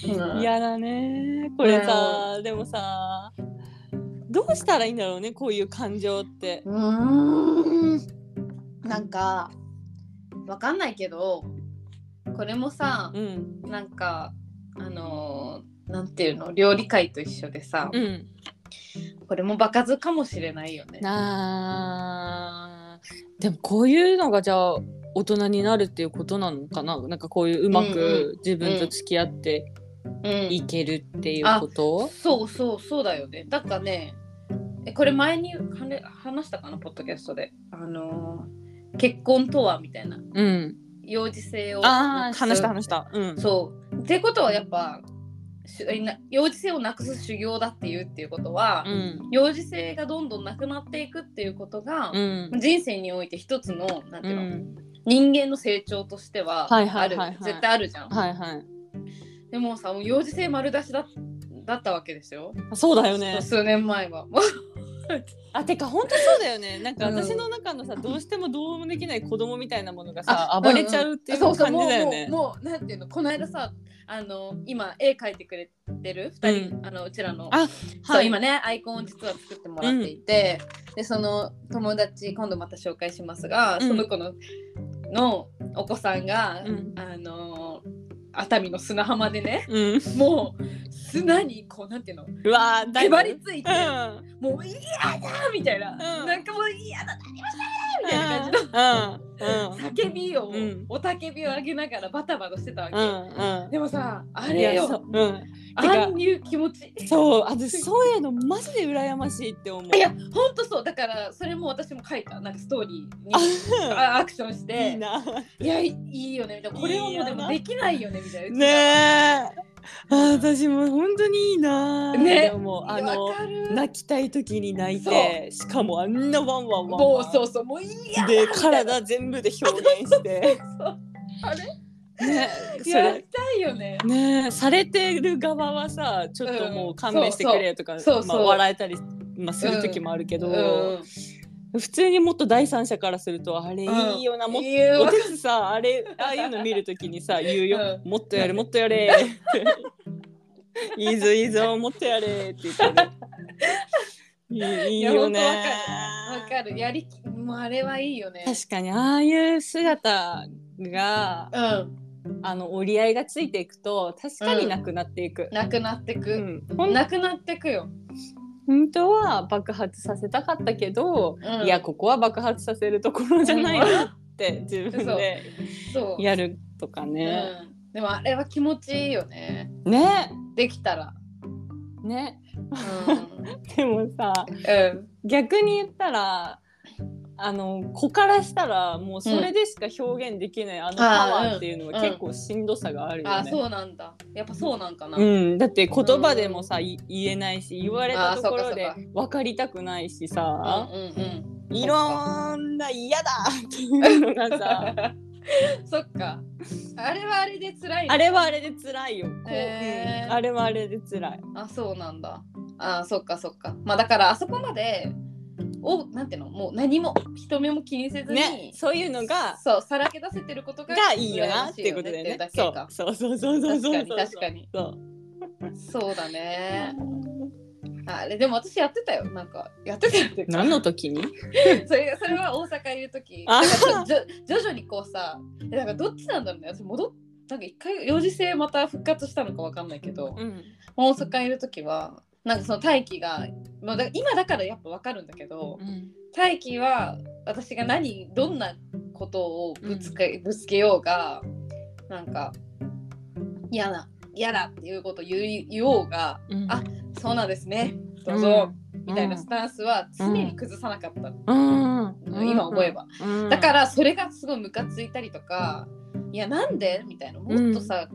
A: うん
B: 嫌だねこれさ、でもさどうしたらいいんだろうねこういう感情って。
A: うーんなんかわかんないけどこれもさ
B: うん
A: なんかあのーなんていうの料理界と一緒でさ
B: うん、
A: これも場数かもしれないよね。
B: あーでもこういうのがじゃあ大人になるっていうことなのかななんかこういううま
A: うん
B: く自分と付き合って
A: うん
B: いけるっていうこと、
A: そうそうそうだよね。だからねえこれ前にはね話したかなポッドキャストであのー結婚とはみたいな
B: うん
A: 幼児性を
B: あ
A: な
B: あ
A: くす
B: 話した話した。うん、
A: そう。ってことはやっぱしな幼児性をなくす修行だっていうっていうことは、
B: うん
A: 幼児性がどんどんなくなっていくっていうことが
B: う、ん
A: 人生において一つのなんていう
B: う
A: の、
B: ん
A: 人間の成長としてはあ
B: はい
A: る、
B: はいはいはい
A: 絶対あるじゃん。
B: はいはい
A: でもさもう幼児性丸出しだだったわけですよ。
B: あそうだよね
A: 数年前は。もう
B: あてか本当そうだよねなんか
A: うん
B: 私の中のさ、どうしてもどうもできない子供みたいなものが
A: あ
B: さ暴れちゃうっていう
A: そ
B: 感
A: う
B: じ
A: そう
B: だよね。
A: もうもうもうなんていうのこの間さあの今絵描いてくれてる二人、
B: う
A: あのうちらの
B: あ
A: そう今ねアイコンを実は作ってもらっていて、でその友達今度また紹介しますが、
B: うん
A: その子ののお子さんが、
B: うん
A: あの熱海の砂浜でね
B: うん
A: もう砂にこうなんていうの
B: うわーだ
A: へ
B: いぶ
A: ばりついて
B: うん、
A: もう嫌だみたいな、
B: うん
A: なんかもう嫌だ
B: み
A: たいな感
B: うん
A: 叫びを、
B: うん
A: おたけびを上げながらバタバタしてたわけ、
B: うんうん
A: でもさあ
B: いや
A: れ
B: そ
A: よ
B: ううん
A: あ
B: てか
A: あいう気持ち
B: そうあとそういうのマジで羨ましいって思う
A: いやほんとそうだからそれも私も書いたなんかストーリーに
B: あ
A: あアクションして
B: いいな
A: 「いやいいいよね」みたいな「これはもうでもできないよね」みたいな。
B: ねえあ私も本当にいいな
A: ね
B: でも
A: あ
B: あ
A: の
B: の泣きたい時に泣いてしかもあんなワンワンワンワン
A: もうそうそうもういいや
B: で体全部で表現して
A: そうあれ
B: ねそ
A: やり
B: れ
A: たいよね。
B: ねされてる側はさちょっともう勘弁してくれよとか、
A: んそうそう
B: まあ、
A: そうそう
B: 笑えたり、まあ、する時もあるけ
A: う
B: ど、
A: ん、
B: 普通にもっと第三者からするとあれいいよな、もっと
A: いやわか
B: 私さあれああいうの見るときにさ言うよ、もっとやれもっとやれっていいぞいいぞもっとやれって言ってるいいいい
A: いや
B: よ
A: 本当
B: ね
A: わかるわかるやりきもうあれはいいよね。
B: 確かにああいう姿が
A: うん
B: あの折り合いがついていくと確かになくなっていく、
A: なくなって
B: う
A: く、
B: ん
A: なくなってくよ。
B: 本当は爆発させたかったけど、
A: うん
B: いやここは爆発させるところじゃないなって自分で
A: そう。
B: やるとかね。
A: うん、でもあれは気持ちいいよね。
B: ね
A: できたら。
B: ね
A: う
B: でもさ
A: ん。うん
B: 逆に言ったらあの子からしたらもうそれでしか表現できない、あのパワーっていうのは
A: うん
B: 結構しんどさがあるよ
A: あ、
B: ね。
A: そうなんだ。やっぱそうなんかな。
B: うん、だって言葉でもさ、い言えないし言われたところで
A: あーそう
B: 分かりたくないしさ、
A: うんうん
B: いろんな嫌だっていうの がさ
A: うん。そっか。あれはあれで辛いね
B: あれはあれで辛いよ、こう
A: へー
B: うんあれはあれで辛い
A: あそうなんだあそっかそっかまあだからあそこまでをなんていうのもう何も人目も気にせずに、
B: ねそういうのが
A: そうさらけ出せてることが
B: がいいよなっていうことだよ
A: 羨
B: ね
A: ましい
B: そ
A: よ
B: う
A: ねって
B: そうそうそうそう
A: いうだけか
B: そ
A: 確
B: う
A: かに確かに
B: そう
A: そうだねあれでも私やってたよなんかやってたよっていうか
B: 何の時に
A: それそれは大阪いる時
B: あ
A: なんかちょじょ徐々にこうさえなんかどっちなんだろうね私戻っなんか一回幼児性また復活したのかわかんないけど、
B: うん
A: 大阪いる時はなんかその大輝が、まあ、だ今だからやっぱわかるんだけど大輝は私が何どんなことをぶつけ,、ぶつけようがなんか嫌な嫌だっていうことを言い言おうが
B: うん
A: あそうなんですねどうぞ、みたいなスタンスは常
B: う
A: に
B: ん
A: 崩さなかった、
B: うんうん
A: 今思えば、
B: うん
A: だからそれがすごいムカついたりとかいやなんでみたいなもっとさ、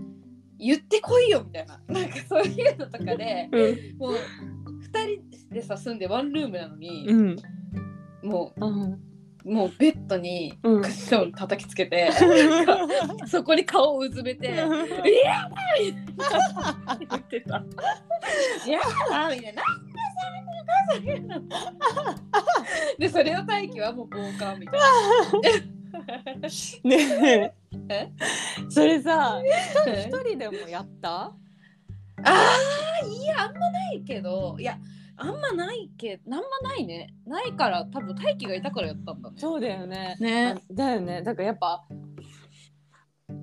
A: 言ってこいよみたいななんかそういうのとかで
B: うん
A: もう2人でさ住んでワンルームなのに、
B: うん
A: も
B: うん
A: うもうベッドに
B: う
A: ク
B: ん
A: ッション叩きつけて、そこに顔をうずめて「嫌だ!」みたいな言ってた「嫌だ!」みたいな「なんでそれなん だそれ」でそれを大輝はもう傍観みたい
B: ね
A: え
B: えそれさ
A: な。
B: 一人でもやった
A: ああいやあんまないけどいやあんまないけどあんまないねないから多分大輝がいたからやったんだね。
B: そうだよね
A: ね
B: あだよねだからやっぱ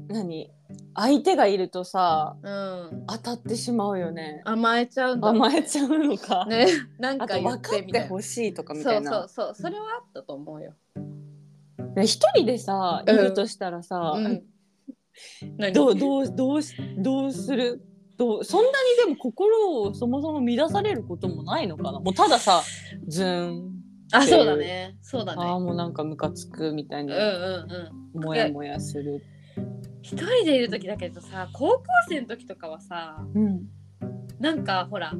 B: 何相手がいるとさ
A: うん
B: 当たってしまうよね
A: 甘えちゃうんだ
B: 甘えちゃうのか、
A: ねなん
B: あ
A: か
B: と
A: 言
B: 分
A: っ
B: か
A: てみ
B: って
A: たいな。
B: ほしいとかみた
A: そ
B: いう
A: そ
B: な
A: うそうそれはあったと思うよ。
B: ね一人でさい
A: うん
B: るとしたらさ、
A: うん。
B: どうどうどうしどうするどうそんなにでも心をそもそも乱されることもないのかなもうたださズーン
A: あそうだねそうだ
B: あ
A: ね。
B: あもうなんかムカつくみたい
A: うん
B: に
A: うんうん。
B: モヤモヤする、
A: 一人でいる時だけどさ高校生の時とかはさ
B: うん
A: なんかほら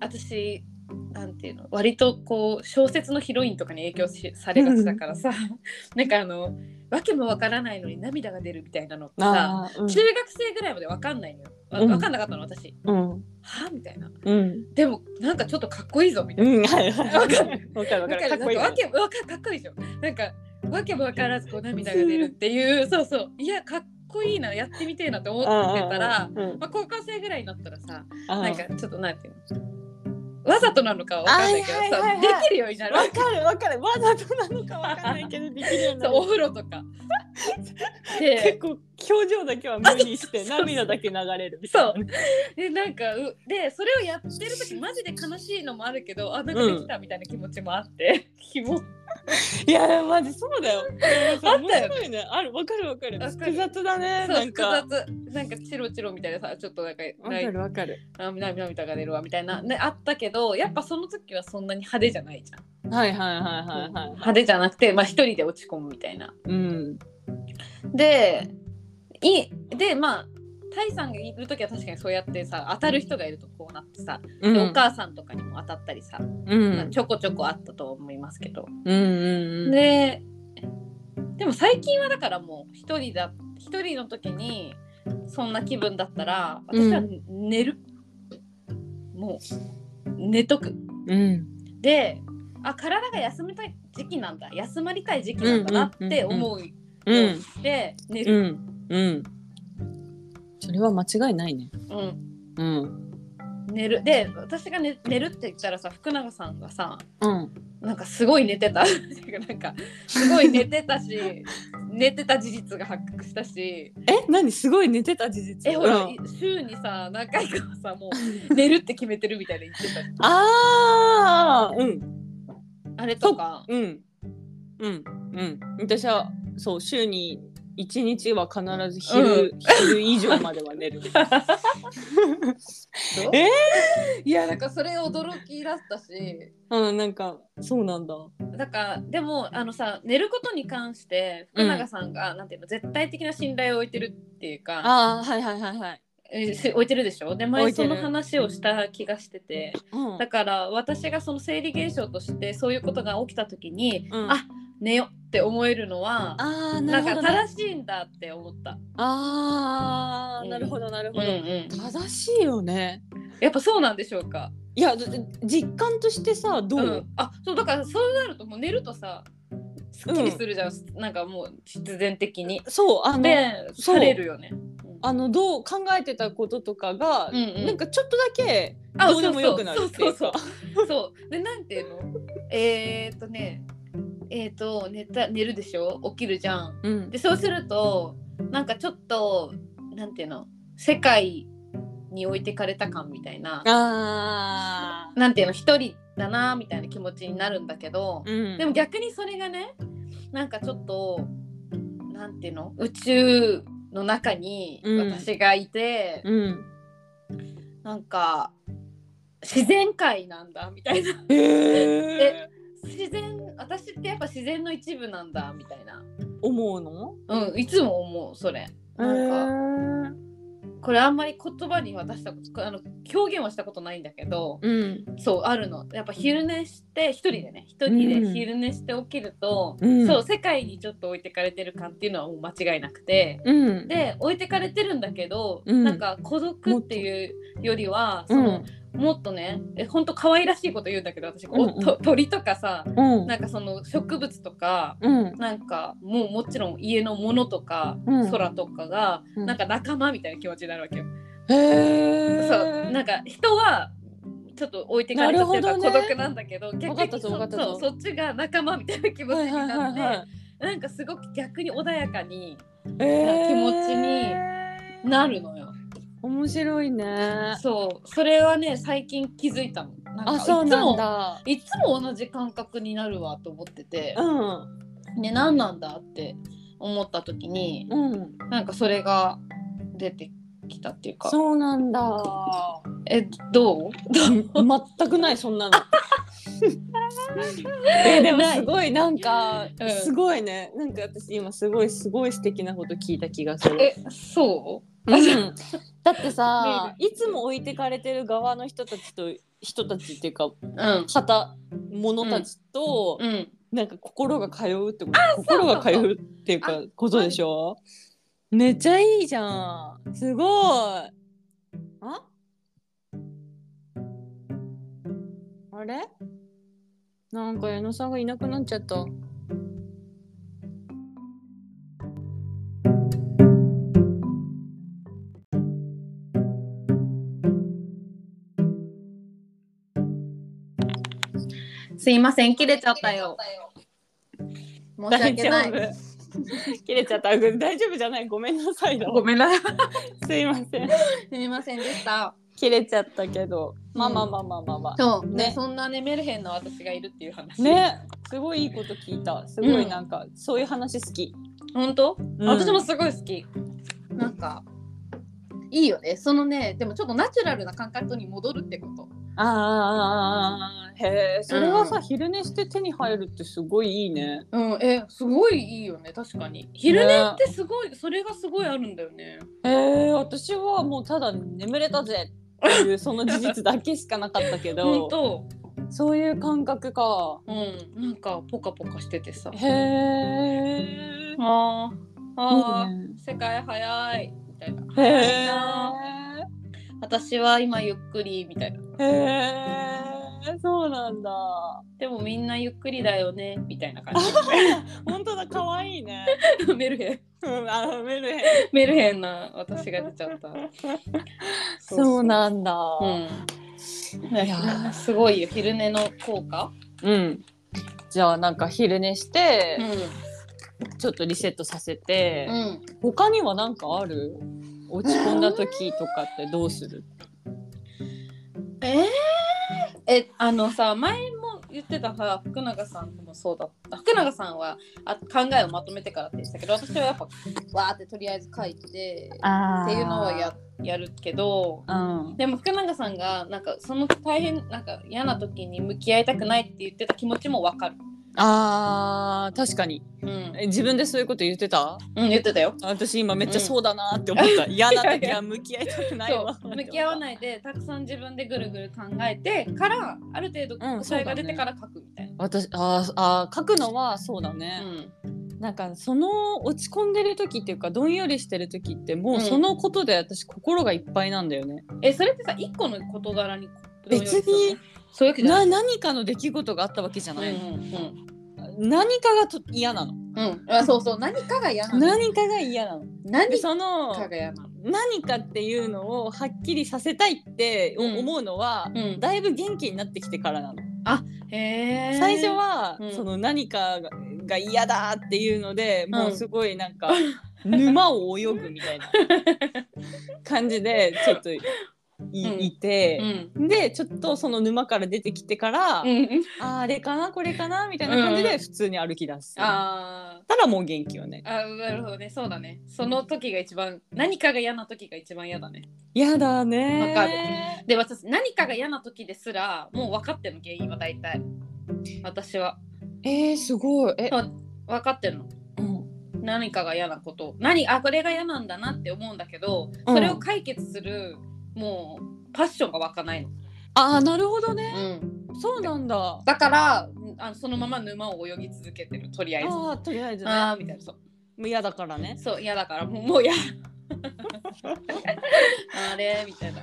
A: 私なんていうの割とこう小説のヒロインとかに影響しされがちだからさ なんかあの訳もわからないのに涙が出るみたいなのってさ
B: ああうん
A: 中学生ぐらいまでわかんないのよわ
B: うん
A: わかんなかったの私
B: うん
A: はみたいな
B: うん
A: でもなんかちょっとかっこいいぞみたいな
B: うん はいはい
A: わ
B: わ
A: か
B: か
A: る
B: るわかる
A: わ
B: わ
A: か
B: か
A: るな
B: る
A: ん
B: か
A: か
B: っこいい
A: わけわかかっこいいでしょなんかわけもわからずこう涙が出るっていうそうそういやかっこいいなやってみてえなって思ってたら
B: うん
A: まあ、高校生ぐらいになったらさ
B: あ
A: なんかちょっとなんていうのわざとなのかは分かんないけど
B: はいはいはいは
A: さ
B: い
A: できるようになる
B: わかるわかるわざとなのかわかんないけどできるようにな
A: そう
B: る
A: お風呂と かで
B: 結構表情だけは無にして涙だけ流れるみたいな
A: そうでなんかうでそれをやってる時マジで悲しいのもあるけどあなんかできたみたいな気持ちもあって、ひ も
B: いやマジそ うだよあった
A: よ
B: 面白いねあるわかるわかる
A: わかる
B: 複雑だね
A: そう
B: なん
A: 複
B: か
A: 雑なんかチロチロみたいなさちょっとなんかない
B: わかる
A: あ涙涙が出るわみたいな、ね、あったけどやっぱその時はそんなに派手じゃないじゃん、
B: はいはいはいはいはい
A: 派手じゃなくてまあ一人で落ち込むみたいな
B: うん
A: でいでまあタイさんがいる時は確かにそうやってさ当たる人がいるとこうなってさ、
B: うん
A: でお母さんとかにも当たったりさ、
B: うん
A: ちょこちょこあったと思いますけど、
B: うんうんうん
A: ででも最近はだからもう一人だ一人の時にそんな気分だったら私は寝る、もう寝とく
B: うん
A: であ体が休みたい時期なんだ休まりたい時期なんだなって思うよ
B: う
A: うに
B: ん
A: して寝
B: う
A: る、
B: んうんそれは間違いないね
A: うん
B: うん
A: 寝るで私が、ね、寝るって言ったらさ福永さんがさ
B: うん
A: なんかすごい寝てた っていうかなんかすごい寝てた し寝てた事実が発覚したし
B: え何すごい寝てた事実
A: えほら、
B: うん
A: い週にさ何回かはさもう寝るって決めてるみたいな言ってた
B: ああうん
A: あれとか
B: うんうんうん私はそう週に一日は必ず昼、昼以上までは寝る
A: そう
B: え
A: いやなんかそれ驚きだったし
B: うんなんかそうなんだ
A: だからでもあのさ寝ることに関して福永さんが、なんていうの絶対的な信頼を置いてるっていうか
B: ああはいはいはいはい、
A: えし置いてるでしょで
B: 置
A: 前
B: いて
A: そ
B: る
A: の話をした気がしてて
B: うん
A: だから私がその生理現象としてそういうことが起きた時に、
B: うん
A: あ寝よって思えるのは
B: ああな
A: なん
B: るほ
A: か
B: ど、ね、
A: 正しいんだって思った。
B: ああ
A: うん
B: なるほどなるほど、
A: ん
B: 正しいよね
A: やっぱそうなんでしょうか。
B: いやだって実感としてさどう、
A: ん、あそうだからそうなるともう寝るとさすっきりするじゃん、なんかもう必然的に。
B: そうあの
A: で
B: そう
A: されるよね。うん
B: あのどう考えてたこととかが、
A: うんうん
B: なんかちょっとだけ
A: あ
B: どうでもよくなるっていう
A: そう
B: か
A: そうそうそうでなんていうのえー、っとねえー、っと寝た寝るでしょ起きるじゃん。
B: うん
A: でそうするとなんかちょっとなんていうの世界に置いてかれた感みたいな
B: あ
A: なんていうの一人だなみたいな気持ちになるんだけど。
B: ーうん
A: でも逆にそれがねなんかちょっとなんていうの宇宙の中に
B: うん
A: 私がいて、
B: うん
A: なんか自然界なんだみたいな
B: へえ
A: 自然私ってやっぱ自然の一部なんだみたいな、
B: 思うの
A: うん、いつも思うそれなんか
B: なんか
A: これあんまり言葉には出したことあの表現はしたことないんだけど
B: うん
A: そうあるのやっぱ昼寝して一人でね一人で昼寝して起きると、
B: うん
A: そう世界にちょっと置いてかれてる感っていうのはもう間違いなくて。
B: うん
A: で置いてかれてるんだけど、
B: うん
A: なんか孤独っていうよりは
B: う
A: その
B: ん
A: もっとねえほんと可愛らしいこと言うんだけど私、
B: うんうん
A: おっと鳥とかさ
B: うん
A: なんかその植物とか
B: うん
A: なんかもうもちろん家のものとか、
B: うん
A: 空とかが、
B: うん
A: なんか仲間みたいな気持ちになるわけよ。
B: へえ
A: そうなんか人はちょっと置いてかれちゃってるから
B: なるほ
A: 孤
B: どね
A: 独なんだけど
B: わかっ
A: 逆
B: た
A: に
B: ぞ
A: そ
B: わかった
A: そ
B: ぞ
A: うそっちが仲間みたいな気持ち
B: はい
A: に
B: はい
A: な
B: は
A: っ
B: い
A: て、
B: は
A: なんかすごく逆に穏やかに
B: いへー
A: 気持ちになるのよ。
B: 面白いね
A: そうそれはね最近気づいたのなんか
B: あそうなんだ
A: いつもいつも同じ感覚になるわと思ってて
B: う、
A: ね、何なんだって思った時に
B: んうん
A: なんかそれが出てきたっていうか
B: そうなんだ
A: えどう
B: 全くないそんな の。えでも
A: ない
B: すごいなんか、
A: うん
B: すごいねなんか私今すごいすごい素敵なこと聞いた気がする。
A: えそ
B: うん だってさいつも置いてかれてる側の人たちと人たちっていうか
A: ううん
B: 旗者たちと、
A: うん
B: なんか心が通うってこと心が通うっていうかことでしょめっちゃいいじゃんすごいああれなんか矢野さんがいなくなっちゃった。
A: すいません切れちゃったよ申し
B: 大
A: 訳
B: 丈
A: ない
B: 夫。 切れちゃった。大丈夫じゃない。ごめんなさいだ。
A: ごめんなさい
B: すいません。
A: すみませんでした
B: 切れちゃったけど。まあ
A: うん
B: まあまあまあまあまあ。
A: そう、ね
B: ね
A: そんなねメルヘンの私がいるっていう話
B: ね、すごいいいこと聞いた。すご
A: う
B: い
A: ん
B: なんか、そういう話好き。
A: 本当、
B: うん
A: 私もすごい好きなんかいいよねそのねでもちょっとナチュラルな感覚に戻るってこと
B: ああああああへえ、それはさ、
A: うん
B: 昼寝して手に入るってすごいいいね。
A: うんえすごいいいよね確かに昼寝ってすごい、それがすごいあるんだよね
B: へえ、私はもうただ眠れたぜっていうその事実だけしかなかったけ
A: 本
B: ど、
A: 当
B: そういう感覚か。
A: うんなんかポカポカしててさ
B: へえ。
A: あーあー
B: いいね
A: 世界早いみたいな
B: へ
A: いいな私は今ゆっくりみたいな
B: え。へえ。そうなんだ。
A: でもみんなゆっくりだよねみたいな感
B: 本当だ、可愛いね。
A: じ メルヘン
B: うん、あ、メルヘン。
A: メルヘンな私が出ちゃった
B: そうなんだ。
A: うん
B: いやー
A: すごいよ昼寝の効果
B: うん。じゃあなんか昼寝して、
A: う
B: ちょっとリセットさせて、
A: ん、うん、
B: 他には何かある落ち込んだ時とかってどうする
A: えー、えあのさ前も言ってたさ福永さんもそうだった福永さんはあ考えをまとめてからって言ってたけど私はやっぱわーってとりあえず書いて
B: あ
A: っていうのはややるけど
B: うん
A: でも福永さんがなんかその大変なんか嫌な時に向き合いたくないって言ってた気持ちもわかる、
B: あー確かに
A: うん、
B: え自分でそういうこと言ってた
A: うん言ってたよ
B: 私今めっちゃそうだなって 思った、嫌な時は向き合いたくないわ
A: そう向き合わ
B: い
A: ないでたくさん自分でぐるぐる考えてからある程度
B: うん
A: 答えが出てから書くみたいな。
B: 私あーあー書くのはそうだね、
A: う
B: なんかその落ち込んでる時っていうかどんよりしてる時ってもううんそのことで私心がいっぱいなんだよね、
A: んえそれってさ一個の事柄に
B: 別に
A: そういうわけじゃない。
B: な何かの出来事があったわけじゃない、
A: うん
B: 何かがと嫌な
A: う
B: の
A: んうん、あそうそう何かが嫌なの
B: 何かが嫌なので
A: 何か
B: その
A: が嫌なの、
B: 何かっていうのをはっきりさせたいって
A: うん
B: 思うのは、
A: うん、
B: だいぶ元気になってきてからなの、
A: へー
B: 最初は、
A: うん
B: その何かがが嫌だっていうのでもううんすご いなんか、沼を泳ぐみたいな感じでちょっとい,、
A: ん
B: いて
A: う、ん
B: でちょっとその沼から出てきてから、
A: うん、
B: あーあれかなこれかなみたいな感じ
A: うんう
B: で普通に歩き出す、
A: あー
B: たらもう元気よね
A: あなるほどねそうだねその時が一番何かが嫌な時が一番嫌だね
B: やだね
A: わかるで私何かが嫌な時ですらもう分かってるの原因は大体私は
B: えー、すごいえ、
A: 分かってるの
B: うん
A: 何かが嫌なこと何あこれが嫌なんだなって思うんだけど
B: うん
A: それを解決する、もうパッションが湧かないの、
B: ああなるほどねそうなんだあ
A: だからうんあそのまま沼を泳ぎ続けてるとりあえずあ
B: あーとりあえずね
A: あーみたいなそう
B: もう嫌だからね
A: そう嫌だからもうもう嫌 あれみたいな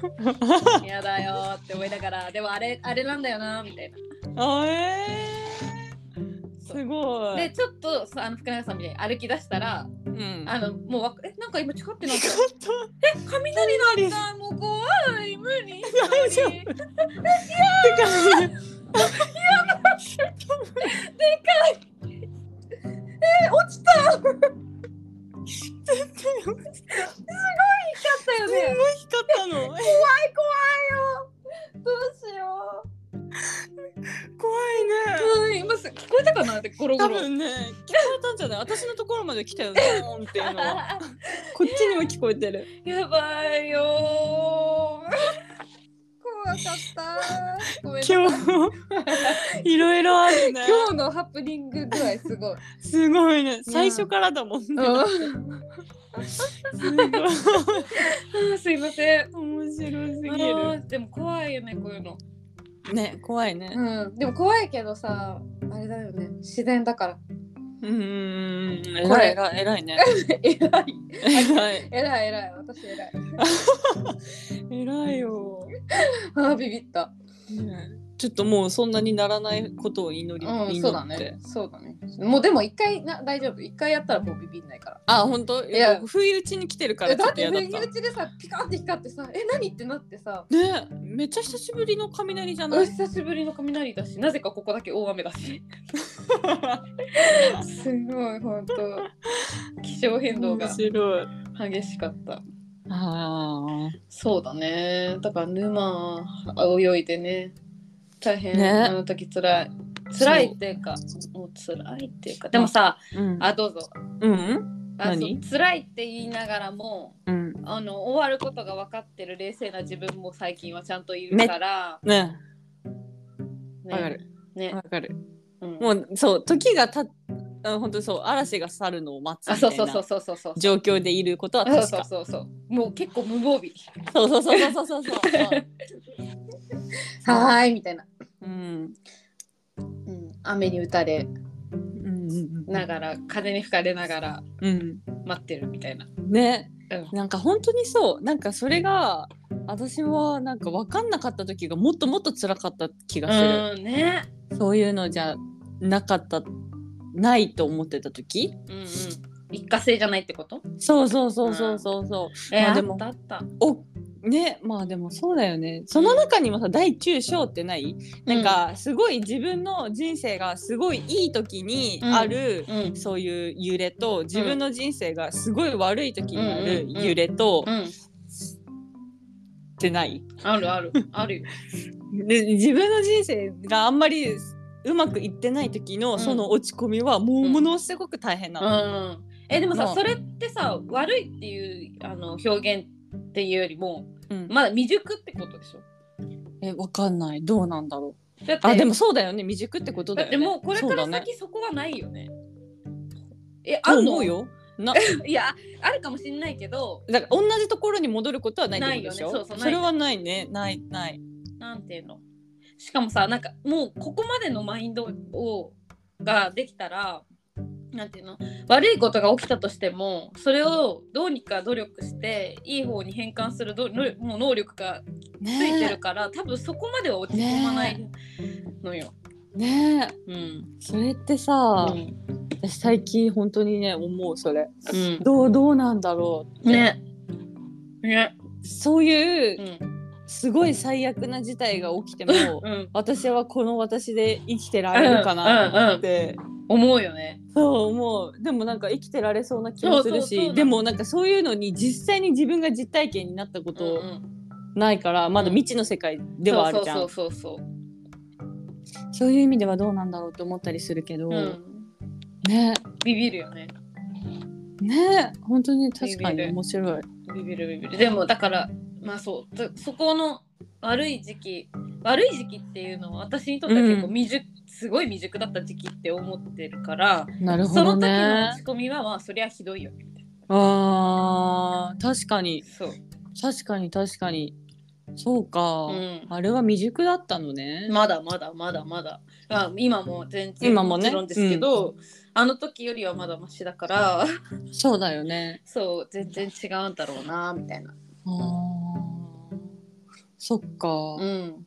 A: 嫌だよーって思いながらでもあれあれなんだよなーみたいな
B: あえー、
A: そう
B: すごい
A: でちょっとさあの福永さんみたいに歩き出したら
B: うん
A: あのもうわえなんか今近ってなっ
B: ち
A: た
B: ょっと
A: え雷なったもう怖い無理
B: 大丈夫
A: 無理
B: てか
A: 落ちた
B: 全然よかっ
A: だ
B: た
A: よ
B: すごい
A: ね。
B: 光 ったの
A: どうしよ
B: 怖いね
A: う。うん、今す聞こえたかなってゴロゴ
B: 多
A: ロ。
B: 分ね聞こえたんじゃない私のところまで来たよねーンっていうの はこっちにも聞こえ てる
A: やばい よー。怖かった。ごめんなさい。
B: 今日いろいろあるね
A: 今日のハプニング具合す ごい。
B: すごいね最初からだもんね、すごい
A: うんすいません。
B: 面白すぎ
A: あ
B: る
A: ーでも怖いよねこういうの。
B: ね怖いね
A: うん。でも怖いけどさ、あれだよね。自然だから。
B: うんうんうん
A: これ
B: 偉い偉い偉い ね
A: えらい。
B: 偉い
A: えらいえらい。私えらい。
B: 偉いよ、
A: あービビった。
B: ねちょっともうそんなにならないことを祈り、
A: うん、そうだ
B: 祈って、
A: ね。そうだね。もうでも一回な大丈夫。一回やったらもうビビんないから。
B: あ本当い
A: いや
B: や不意打ちに来てるから
A: え
B: ち
A: だ
B: ょ
A: っ
B: っと
A: て
B: 嫌だっ
A: 不
B: た
A: 意打ちでさピカって光ってさえ何ってなってさ
B: ねめっちゃ久しぶりの雷じゃな
A: お
B: い
A: 久しぶりの雷だしなぜかここだけ大雨だ しすごい本当気象変動が
B: 面白い
A: 激しかった
B: あー
A: そうだねだから沼泳いでね大変、
B: ね
A: あの時辛い辛いっていうかもう辛いっていうかでもさ
B: うん
A: あどうぞ
B: うん
A: あそう
B: 何
A: 辛いって言いながらも
B: うん
A: あの終わることが分かってる冷静な自分も最近はちゃんといるから、
B: ね
A: ね、
B: わかる
A: ね
B: わかる
A: うん
B: もうそう時がたあ本当そう嵐が去るのを待つ
A: あ
B: み
A: そう
B: た
A: そう
B: い
A: そう
B: な
A: そうそうそう
B: 状況でいることは
A: そう
B: 確
A: そう
B: か
A: そうそうもう結構無防備
B: そうそうそうそうそうそうそう
A: はーいみたいな、
B: うん
A: うん、雨に打たれ
B: うん
A: ながら風に吹かれながら
B: うん
A: 待ってるみたいな、
B: ね
A: うん
B: なんか本当にそうなんかそれが私はなんか分かんなかった時がもっともっと辛かった気がする
A: うんね
B: そういうのじゃなかったないと思ってた時
A: うんうん一過性じゃないってこと
B: そうそうそうそうそうそう
A: え
B: まあ
A: あで
B: でも
A: もあったあった
B: おねまあでもそうだよねその中にもさ大中小ってな
A: う
B: い、
A: ん
B: なんかすごい自分の人生がすごいいい時にある、
A: うん
B: そういう揺れと自分の人生がすごい悪い時にある
A: うんうんうん
B: 揺れと、
A: う
B: っ
A: ん
B: てない
A: あるあるあるよ
B: で自分の人生があんまりうまくいってない時の
A: ん
B: その落ち込みはもうものすごく大変な
A: う
B: の、
A: んえでも
B: も
A: さ
B: う
A: それってさ悪いっていうあの表現っていうよりも
B: うん
A: まだ未熟ってことでしょ
B: えわかんないどうなんだろ
A: だって
B: うあでもそうだよね未熟ってことだ
A: だっ
B: よ
A: て
B: ね
A: もうこれから
B: そうだね
A: 先そこはないよねえあ
B: と
A: るの
B: 思うよない
A: やあるかもしんないけど
B: だから同じところに戻ることはないってことでし
A: な
B: ょ
A: いよねそうそうない
B: それはないねないない
A: なんていうのしかもさなんかもうここまでのマインドをができたらなんていうの悪いことが起きたとしてもそれをどうにか努力していい方に変換するどのもう能力がついてるから、多分そこまでは落ち込まないのよ。
B: ねえ
A: うん
B: それって
A: う
B: さ、
A: ん
B: 私最近本当にね思うそれ
A: うん
B: どうどうなんだろうって
A: ねね
B: そういううんすごい最悪な事態が起きて も
A: うん
B: 私はこの私で生きてられるかなと思って、
A: 思うよね。
B: そうもうでもなんか生きてられそうな気もする
A: そうそうそ
B: し
A: うなの
B: でもなんかそういうのに実際に自分が実体験になったこ
A: うんう
B: と
A: ん
B: ないから、まだ未知の世界ではあるじゃん、
A: そうそうそうそう
B: そういう意味ではどうなんだろうって思ったりするけど、
A: そう。うん
B: ね
A: ビビるよね。
B: ね本当に確か
A: ビビ
B: に
A: る
B: 面白い。
A: ビビるビビるでもだからまあそうとそこの悪い時期悪い時期っていうのは私にとっては結構
B: うん
A: 未熟、すごい未熟だった時期って思ってるから
B: なるほ
A: その
B: ど
A: 時の
B: ね
A: 落。ち込みはまあそりゃひどいよねみたい
B: あー確かに
A: なそう、
B: 確かに確かにそうか、
A: う
B: あれは未熟だったのね
A: ん、。まだまだまだまだ、まあ、今も全然
B: 今もね
A: ちろんですけど、あの時よりはまだマシだから
B: そうだよね。
A: そう全然違うんだろうなみたいな
B: あーそっか。
A: うん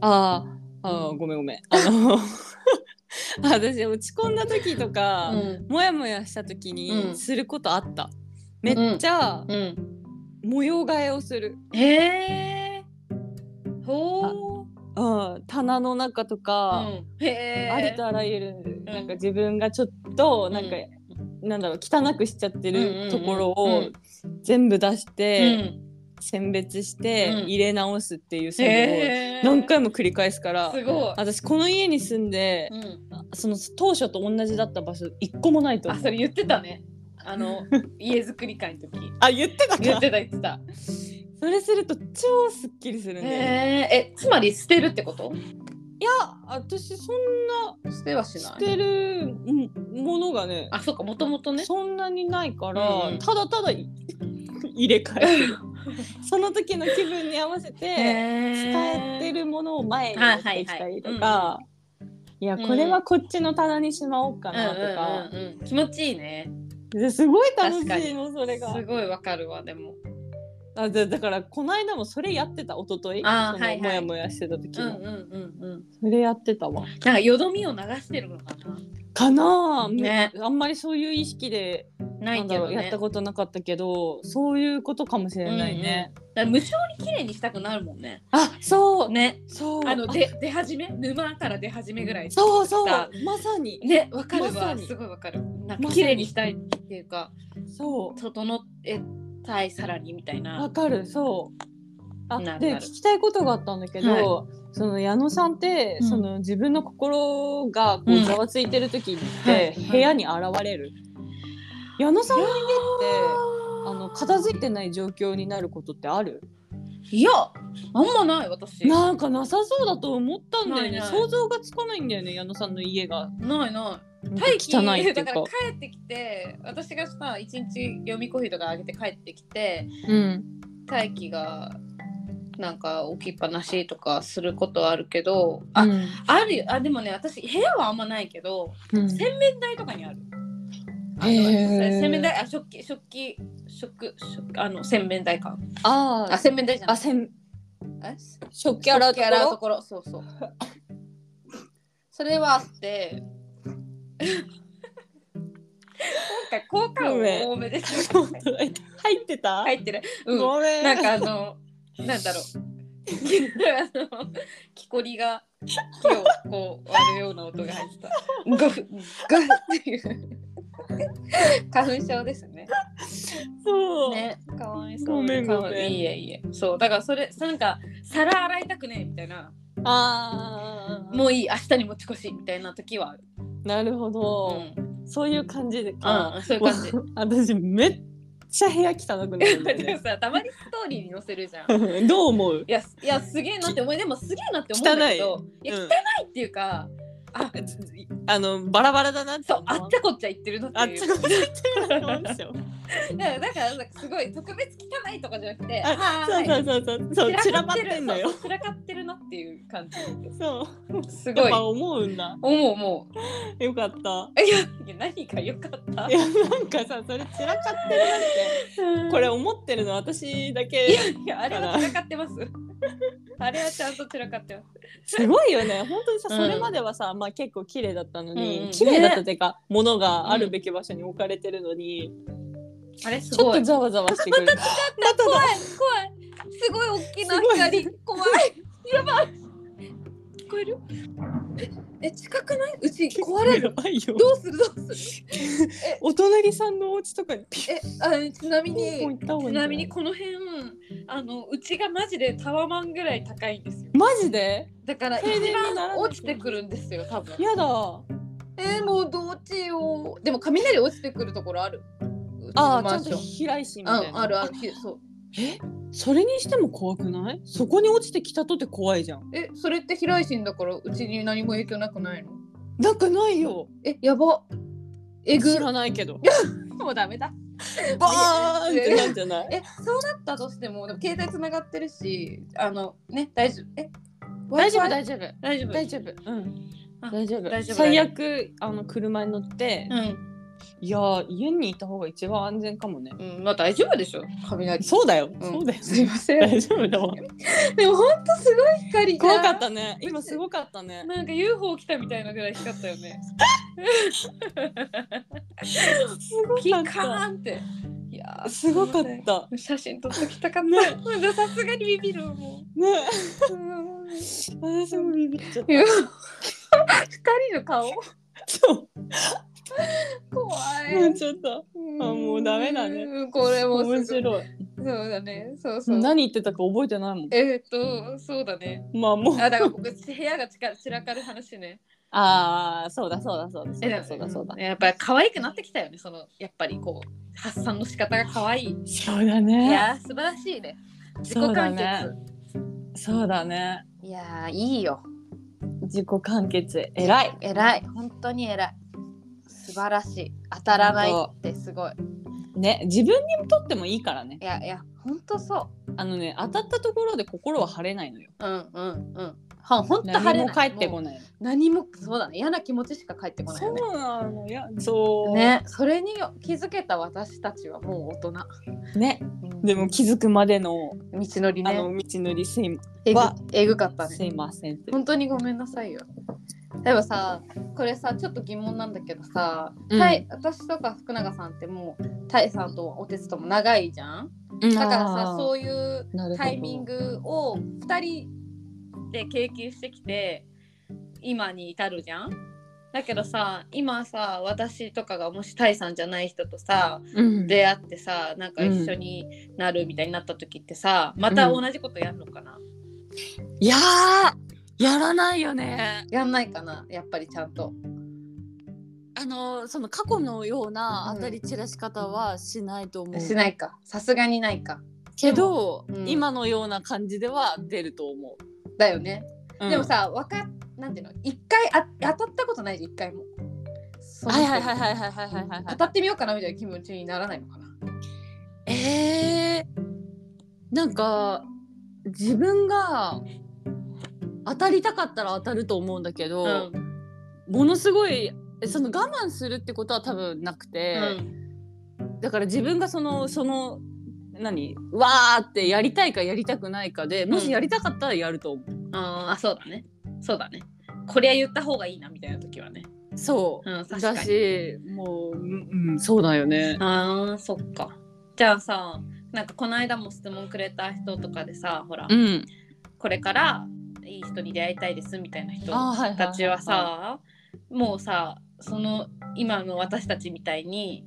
B: あーあーごめんごめん。あの 私落ち込んだ時と
A: う
B: か、
A: ん
B: もやもやした時
A: う
B: に
A: ん
B: することあった。めっちゃ
A: うん
B: 模様替えをする。
A: へえほう
B: うん、棚の中と
A: う
B: か、
A: んへえ
B: ありとあらゆる、
A: ん
B: なんか自分がちょっとなんか、なんだろう汚くしちゃって
A: うんうんう
B: る
A: ん
B: ところ
A: う
B: を
A: ん
B: 全部出し
A: う
B: て、
A: ん
B: 選別して
A: うん
B: 入れ直すっていう作業を
A: へー
B: 何回も繰り返すから。
A: すごい。
B: 私この家に住んで
A: うん、
B: その当初と同じだった場所一個もないと
A: あ
B: 思う
A: それ言ってたね。あ の家づくり会の時
B: あ言ってた
A: 言っ
B: か
A: てた言ってた。
B: それすると超すっきりする
A: へ
B: んだよね
A: ええつまり捨てるってこと？
B: いや私そんな
A: 捨てはし
B: 捨
A: ない。
B: てるんものがね
A: あそうかもともとね。
B: そんなにないから、
A: うんうん
B: ただただい入れ替え てるその時の気分に合わせて使えてるものを前に持ってきたりとか、いや
A: うん
B: これはこっちの棚にしまおうか
A: か
B: な
A: な
B: と
A: と
B: か、
A: か、うんうんうんうん、気持ちいいね。
B: ですごい楽
A: 確か
B: しいのそれが
A: すごいわかるわでも。
B: あだだからこの間もそれやってた一昨日
A: あー
B: その
A: はいはい
B: もやもやしてた時
A: うん
B: も、
A: うんうんうん。
B: それやってたわ
A: なんかよどみを流してるのかな。
B: かなあ、
A: ね
B: あんまりそういう意識で
A: な
B: ないんだ
A: けど
B: ろう
A: ね。
B: やったことなかったけどそういうことかもしれないね、
A: だから無性に綺麗にしたくなるもんね。
B: あそう
A: ね。
B: そう
A: あので出始め沼から出始めぐらい。
B: そうそう
A: さ
B: まさに
A: ねわかるわ、
B: まさに
A: すごいわかる。なん
B: まさ
A: か
B: に
A: 綺麗にしたいっていうか
B: そう
A: 整えたいさらにみたい
B: わ
A: な。
B: かるそうあ
A: なる
B: で
A: な
B: 聞
A: る
B: きたいことがあったんだけど、
A: は
B: その矢野さんって、
A: うん
B: その自分の心がこ
A: う
B: うんざわついてる時って、
A: はい
B: 部屋に現れる、矢野さんの家ってあの片付いてない状況になることってある
A: いやあんまない私。な
B: なんかなさそうだと思ったんだよね
A: ないない
B: 想像がつかないんだよね矢野さんの家が
A: いない。
B: なんか汚いってい
A: だ
B: う
A: か
B: から
A: 帰ってきて私がさ一日読みコーヒーとかあげて帰ってきて
B: うん
A: 大輝がなんか置きっぱなしとかすることはあるけどあ、
B: うん
A: あるよあでもね私部屋はあんまないけど
B: うん
A: 洗面台とかにある。あの
B: へー
A: 洗面台あ食器食器食食あの洗面台か
B: あ
A: あ
B: あ
A: 洗面台じゃない
B: あせん
A: え
B: 食器洗
A: 洗
B: う
A: う
B: と
A: と
B: こ
A: こ
B: ろ
A: ろそうそう それはあ って今回効果音多めです
B: 本当だ 入ってた、
A: 入ってるうん
B: ごめ ん
A: なんかあのなんだろう あの木こりが木をこう割るような音が入ったゴフゴフっていう花粉症ですね
B: そう、
A: ね、かわいそう。
B: ごめんごめん
A: かわいいいえいいえ。そう、だからそれ、なんか、皿洗いたくねえみたいな、
B: ああ
A: もういい、明日に持ち越しみたいな時はある。
B: なるほ
A: う
B: ど、
A: ん、
B: そういう感じでか、
A: あそういう感じ。
B: 私めっちゃ部屋汚くなるんだよ
A: でも
B: ね
A: さ、たまにストーリーに載せるじゃん。
B: どう思う
A: いや、すいやすげえなって思い、でもすげえなって思うんだけど、いや、
B: うん
A: 汚いっていうか、あ
B: あのバラバラだなって
A: そ
B: 思
A: う、あっちゃこっちゃ言ってるな
B: あ
A: っ
B: って
A: い
B: ち
A: う。
B: こっちゃ言ってるなって思うんで すよ
A: だから、だからなんかすごい特別汚いとかじゃなくて、
B: あ
A: あ
B: そうそうそうそうそう散らばってんのよ。
A: 散らかってるなっていう感じ。
B: そう
A: す
B: や
A: ご
B: っ
A: い。
B: ぱ
A: 思
B: 思うんだ
A: う、思う。
B: よかった
A: いや、いや何が良かった
B: いやなんかさそれ散らかってるなってこれ思ってるの私だ
A: いや
B: け
A: いやあれは散らかって ます。あれはちゃんと散らかってます。
B: すごいよね本当にさ
A: うん
B: それまではさまあ結構綺麗だったの
A: うんう
B: に
A: ん
B: 綺麗だったっていうか物があるべき場所に置かれてるのに
A: あれす
B: ちょっ
A: ごい。
B: とざわざわしてくる
A: 怖い怖い。すごい大きな光怖い。やばい。聞こえる？え近くない？うち壊れ
B: や
A: る。
B: ばいよ
A: どうするどうする？
B: お隣さんのお家とかにピュッ
A: えあちなみ
B: ポン
A: に
B: ポン行った方がいい
A: ち
B: んじゃ
A: ないみにこの辺あのうちがマジでタワマンぐらい高いんですよ。
B: マジで
A: だから一
B: 停電にならない
A: 番落ちてくるんですよ多分。
B: やだ
A: えー、もうどうしよう。でも雷落ちてくるところある。
B: ああ
A: うちのマンショ
B: ちゃんと
A: ン
B: 飛来心みた
A: う
B: い
A: ん、
B: な
A: あるある。ひそう。
B: えそれにしても怖くないそこに落ちてきたとって怖いじゃん
A: え、それって飛来心だから、うちに何も影響なくないの。
B: なんかないよ
A: え、やば。えぐ
B: 知。らないけど
A: もうダメだ。
B: バーンってなんじゃない
A: え、そうなったとしても、でも携帯つながってるし、あの、ね、大丈夫。え。
B: 大丈夫
A: Wi-Fi？
B: 大丈夫
A: 大丈夫。
B: 大丈夫うん
A: あ
B: 大丈夫
A: 大丈夫
B: 最悪あの車に乗って、
A: うん、
B: いやー家にいた方が一番安全かもね
A: うん、まあ、大丈夫でしょ雷。
B: そうだよ、
A: ん
B: そうだよ
A: すいません。
B: 大丈夫だわ
A: でも、本当すごい光じゃん。
B: 怖かったね今すごかったね
A: なんか UFO 来たみたいなぐらい光ったよね。
B: すご
A: ピカ
B: かっ
A: ーンって。いやー
B: たすごかっ。た
A: 写真撮ってきたかっ
B: ね
A: た。ほんとさすがにビビるも
B: ね
A: う。 うん
B: 私もビビっちゃっ
A: いや二人の顔
B: たそう
A: 怖
B: もう
A: い。
B: ちょっと
A: うん
B: あもうダメだね
A: うんこれもすごい
B: 面白い
A: そうだね。そうそう。
B: 何言ってたか覚えてないもん
A: えーっとそうだね。
B: まあもう
A: あだから僕部屋がちか散らかる話ね。
B: ああそうだそうだそうだそう
A: えで
B: だ
A: も
B: そうだそうだ
A: んやっぱり可愛くなってきたよね。そのやっぱりこう発散の仕方が可愛い。
B: そうだ
A: い
B: ね
A: やー素晴らしいね。自
B: そう
A: 己
B: だ
A: 完
B: ね
A: 結。
B: そうだね
A: いやーいいよ。
B: 自己完結偉い
A: 偉い。本当に偉い。素晴らしい。当たらないってすごい。
B: ね自分にとってもいいからね
A: いやいや本当そう。
B: あのね当たったところで心は晴れないのよ
A: うんうんうん。は本当晴れ
B: 何も
A: ない。
B: 返ってこ
A: も
B: ない
A: い。何もそうだね。嫌な気持ちしか返ってこないよね。
B: そうなのいやそう
A: ね、それに気づけた私たちはもう大人。
B: ね
A: うん
B: でも気づくまでの
A: 道のり
B: あ
A: ね
B: の道のりすい
A: えぐ
B: わ
A: えぐかったね
B: すいませんって。
A: 本当にごめんなさいよ例えばさこれさちょっと疑問なんだけどさ、
B: うん
A: タイ私とか福永さんってもうタイさんとお手つとも長いじゃんだからさそういう
B: う
A: タイミングを2人で経験してきて今に至るじゃんだけどさ今さ私とかがもしタイさんじゃない人とさ出会ってさなんか一緒になるみたいになった時ってさ、また同じことやるのかな、
B: いやーやらないよね。
A: やんないかなやっぱりちゃんと。
B: あのその過去のような
A: うん
B: 当たり散らし方はしないと思う、
A: しないかさすがにないか
B: けど、
A: でもうん
B: 今のような感じでは出ると思う。
A: だよね、
B: うん
A: でもさわかなんていうの一回あ当たったことないじゃん一回もその
B: は
A: 人
B: い
A: に
B: はいはいはいはいはいはいはい。
A: 当たってみようかなみたいな気持ちにならないのかな
B: えー、なんか自分が当たりたかったら当たると思うんだけど、
A: うん
B: ものすごいその我慢するってことは多分なくて、だから自分がそのその何わーってやりたいかやりたくないかでもしやりたかったらやると思う、
A: うんあそうだねそうだねこれは言った方がいいなみたいな時はね
B: そう、
A: うん確か
B: だ
A: に
B: しもう、うんうん、そうだよね。
A: あーそっかじゃあさなんかこの間も質問くれた人とかでさほら、
B: うん、
A: これからいい人に出会いたいですみたいな人
B: あーはいはいはい
A: たちはさもうさその今の私たちみたいに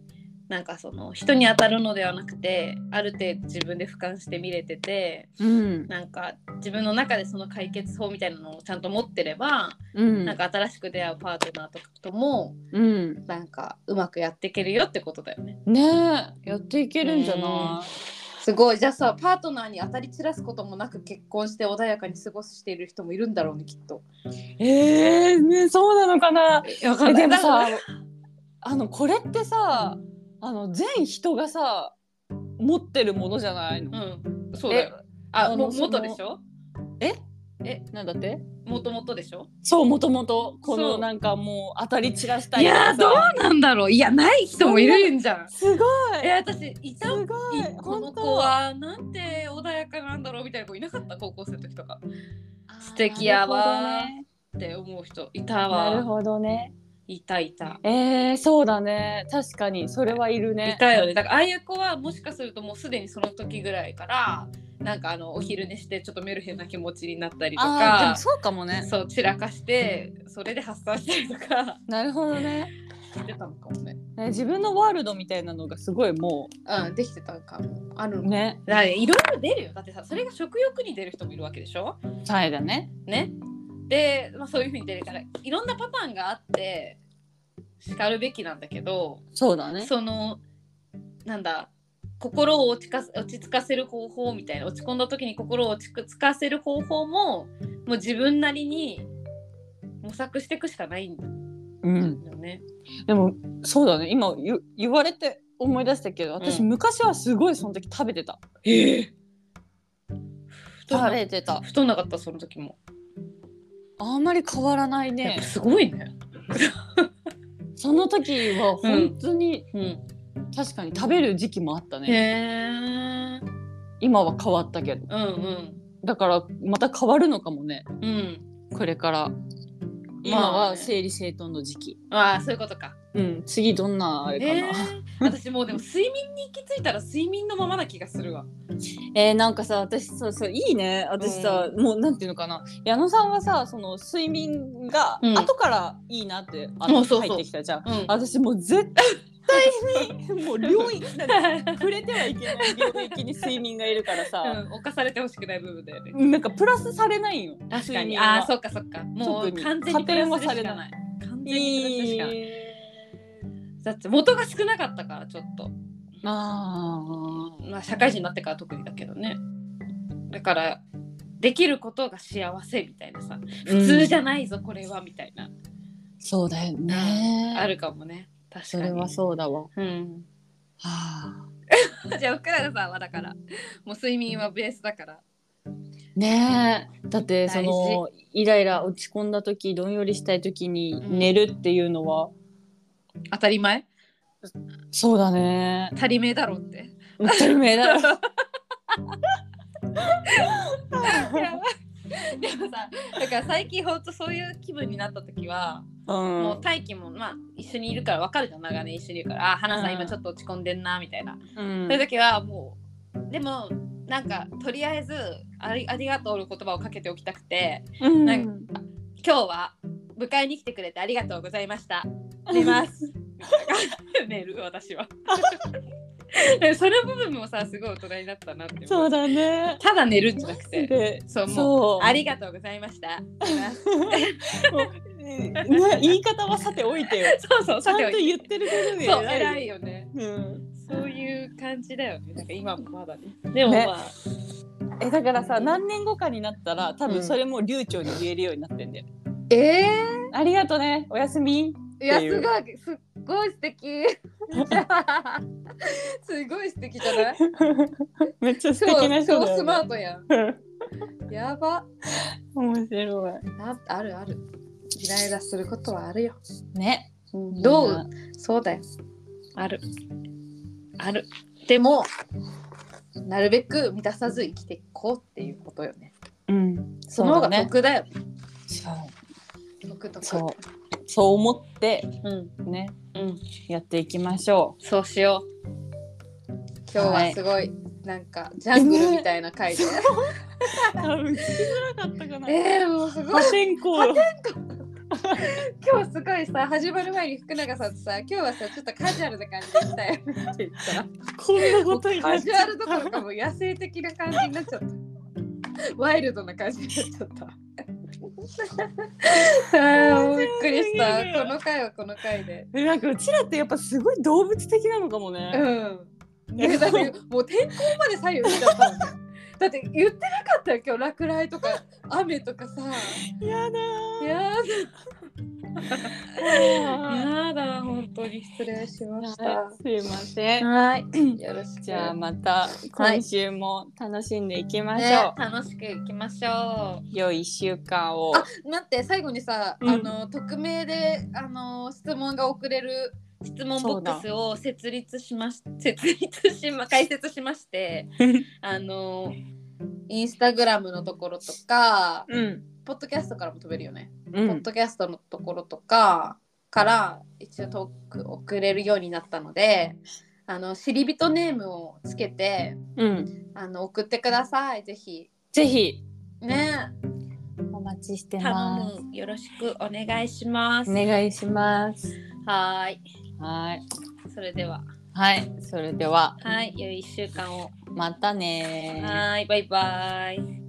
A: なんかその人に当たるのではなくてある程度自分で俯瞰して見れてて
B: うん
A: なんか自分の中でその解決法みたいなのをちゃんと持ってれば、
B: うん
A: なんか新しく出会うパートナーとかとも
B: うん、
A: なんかうまくやっていけるよってことだよね。
B: ねえやっていけるんじゃな
A: すごいじゃあさパートナーに当たり散らすこともなく結婚して穏やかに過ごしている人もいるんだろうねきっと。
B: い、ええねそうなのかな
A: わ
B: えでもさあのこれってさあの全人がさ持ってるものじゃないの、
A: うん、そうだよ。あ、
B: あ
A: も
B: のその
A: 元でしょ
B: えなんだって
A: 元々でしょ
B: そうもともとこ
A: そ
B: の
A: う
B: なんかもう当たり散らした
A: い
B: とか
A: や
B: さ
A: ーどうなんだろういや、ない人もいるんじゃん。
B: すごい
A: え、私、いた
B: すごい
A: この
B: 本当
A: 子はなんて穏やかなんだろうみたいな子いなかった高校生の時とか素敵やわって思う人いた
B: なる
A: わ
B: ほどね
A: いたいた
B: なるほどねえー、そうだね確かにそれはいる
A: い
B: ね
A: たよねだからああいう子はもしかするともうすでにその時ぐらいからなんかあのお昼寝してちょっとメルヘンな気持ちになったりと
B: あーで
A: か
B: もそうかもね
A: そう散らかしてそれで発散したりとか
B: なるほどね
A: してたのかもね
B: ね自分のワールドみたいなのがすごいも
A: うん、できてたんかも。ある
B: う
A: のね。
B: ね
A: だからいろいろ出るよ。だってさ、それが食欲に出る人もいるわけでしょ
B: はいだね
A: ね。で、まあ、そういうふうに出るから、いろんなパターンがあって、しかるべきなんだけど、
B: そうだね
A: その、なんだ、心を落ちか落ち着かせる方法みたいな、落ち込んだ時に心を落ち着かせる方法も、もう自分なりに模索していくしかないんだ
B: うん
A: よね。
B: でもそうだね今言言われて思い出したけど私、
A: うん
B: 昔はすごいその時食べてた
A: ええ太ん
B: 食
A: な
B: べてた
A: 太んなかった、その時も。
B: あんまり変わらない
A: やっぱ
B: ね
A: すごいね。
B: その時は本当に、
A: うん
B: 確かに食べる時期もあったね
A: へえ。
B: 今は変わったけど
A: うんうん
B: だからまた変わるのかもね
A: うん。
B: これから今は整理整頓の時期、
A: ああそういうことか。
B: うん次どんなあれか
A: え
B: な、
A: 私もうでも睡眠に行き着いたら睡眠のままな気がするわ。
B: えー、なんかさ私そうそういいね私さ、もうなんていうのかな矢野さんはさその睡眠が
A: うん
B: 後からいいなって、あ
A: うんそうそう
B: 入ってきたじゃん
A: うん。
B: 私もう絶対にもう領域なんか触れてはいけない領域に睡眠がいるからさ、
A: うん、犯されてほしくない部分だよね。
B: なんかプラスされないよ
A: 確か
B: 睡
A: に。
B: 眠は
A: ああー、そっかそっか。もう
B: 特に
A: 完全にプラスでしかない。完全にプラスでしかない。だって元が少なかったからちょっと。
B: あー
A: まあ社会人になってから特にだけどね。だからできることが幸せみたいなさ。普通じゃないぞ、これはみたいな。
B: そうだよね
A: あるかもね。確か
B: そ
A: に。
B: れはそうだわは
A: うん。
B: あ
A: じゃあ福永さんはだからもう睡眠はベースだから
B: ねえだってそ
A: 大事
B: のイライラ落ち込んだ時どんよりしたい時に
A: うん
B: 寝るっていうのは、
A: 当たり前
B: そうだね
A: 足り目だろうって
B: 当たり前だ ろ
A: やばいでもさだから最近ほんとそういう気分になった時は、
B: うん
A: もう大輝もまあ一緒にいるから分かるじゃん長年一緒にいるからあ花さん今ちょっと落ち込んでんなみたいな、
B: うん
A: そういう時はもうでもなんかとりあえずありありがとうの言葉をかけておきたくて
B: うん
A: なん今日は迎えに来てくれてありがとうございま した寝ます。 寝る私 は。でその部分もさすごい大人になったなって思う
B: そうだね
A: ただ寝るんじゃなくて
B: で
A: そうもう
B: そう
A: ありがとうございました。寝ます
B: もうえな言い方はさておいてよ
A: そうそう
B: ちゃ
A: さ
B: ん
A: て
B: と
A: おいて
B: 言ってることに
A: そう
B: 偉い
A: 偉いよね。
B: うん、
A: そういう感じだよね。なんか今もまだね。でもま
B: ね
A: あ、
B: えだからさ何年後かになったら多
A: うん
B: 分それも流暢に言えるようになってんだよ、
A: えー
B: ありがとねおやすみ
A: いや
B: ってい
A: す
B: う
A: ごいすっごい素 敵すごい素敵じゃない
B: めっちゃ素
A: 超
B: 敵な人
A: 超
B: だ
A: ス
B: よ、
A: マ
B: ね、
A: ートやんやば
B: 面白い
A: なあるあるイライラすることはあるよ、
B: ね
A: うんどうそうだよあるあるでもなるべく満たさず生きていこうっていうことよね
B: うん
A: その方
B: そ
A: が
B: うだね
A: 得だよね
B: そう
A: 得得
B: そうそう思って
A: うん
B: ね
A: うん
B: やっていきましょ
A: そうしよう今日はすごい、なんかジャングルみたいな回で、
B: う 多分聞きづらかったか な
A: えー、もうすごい
B: 破天荒よ
A: 今日すごいさ始まる前に福永さんとさ今日はさちょっとカジュアルな感じで来たよって言ったら
B: こんなことにな
A: カ
B: っ
A: ジ
B: ち
A: ュ
B: ゃ
A: ア
B: っ
A: ルどころ
B: た
A: かもう野生的な感じになっちゃ ったワイルドな感じになっちゃった あーもうびっくりしたこの回はこの回で
B: えなんかうちらってやっぱすごい動物的なのかも
A: う
B: ね、
A: んねだってもう天候まで左右しちゃったもんだって言ってなかったよ今日落雷とか雨とかさ
B: やだ
A: やだ
B: ー
A: やだ本当に失礼しました
B: すいません
A: はい。よろしく。
B: じゃあまた今週も楽しんでいきましょう、
A: ね、楽しくいきましょう。
B: 良い一週間を
A: あ、待って、最後にさ、
B: うん
A: あの匿名で、あの質問が送れる。質問ボックスを設立しまし、設立しま、開設しま して。あの。インスタグラムのところとか、
B: うん
A: ポッドキャストからも飛べるよね。
B: う
A: ポッ
B: ん
A: ドキャストのところとかから一応トーク送れるようになったので、あの知り人ネームをつけて。
B: うん
A: あの送ってくださいぜひ
B: ぜひ
A: ね
B: お待ちして
A: 頼
B: ます
A: むよろしくお願いします
B: お願いします
A: はーい
B: はい
A: それでは
B: はいそれでは
A: はい良い一週間を
B: またねー
A: はーいバイバイ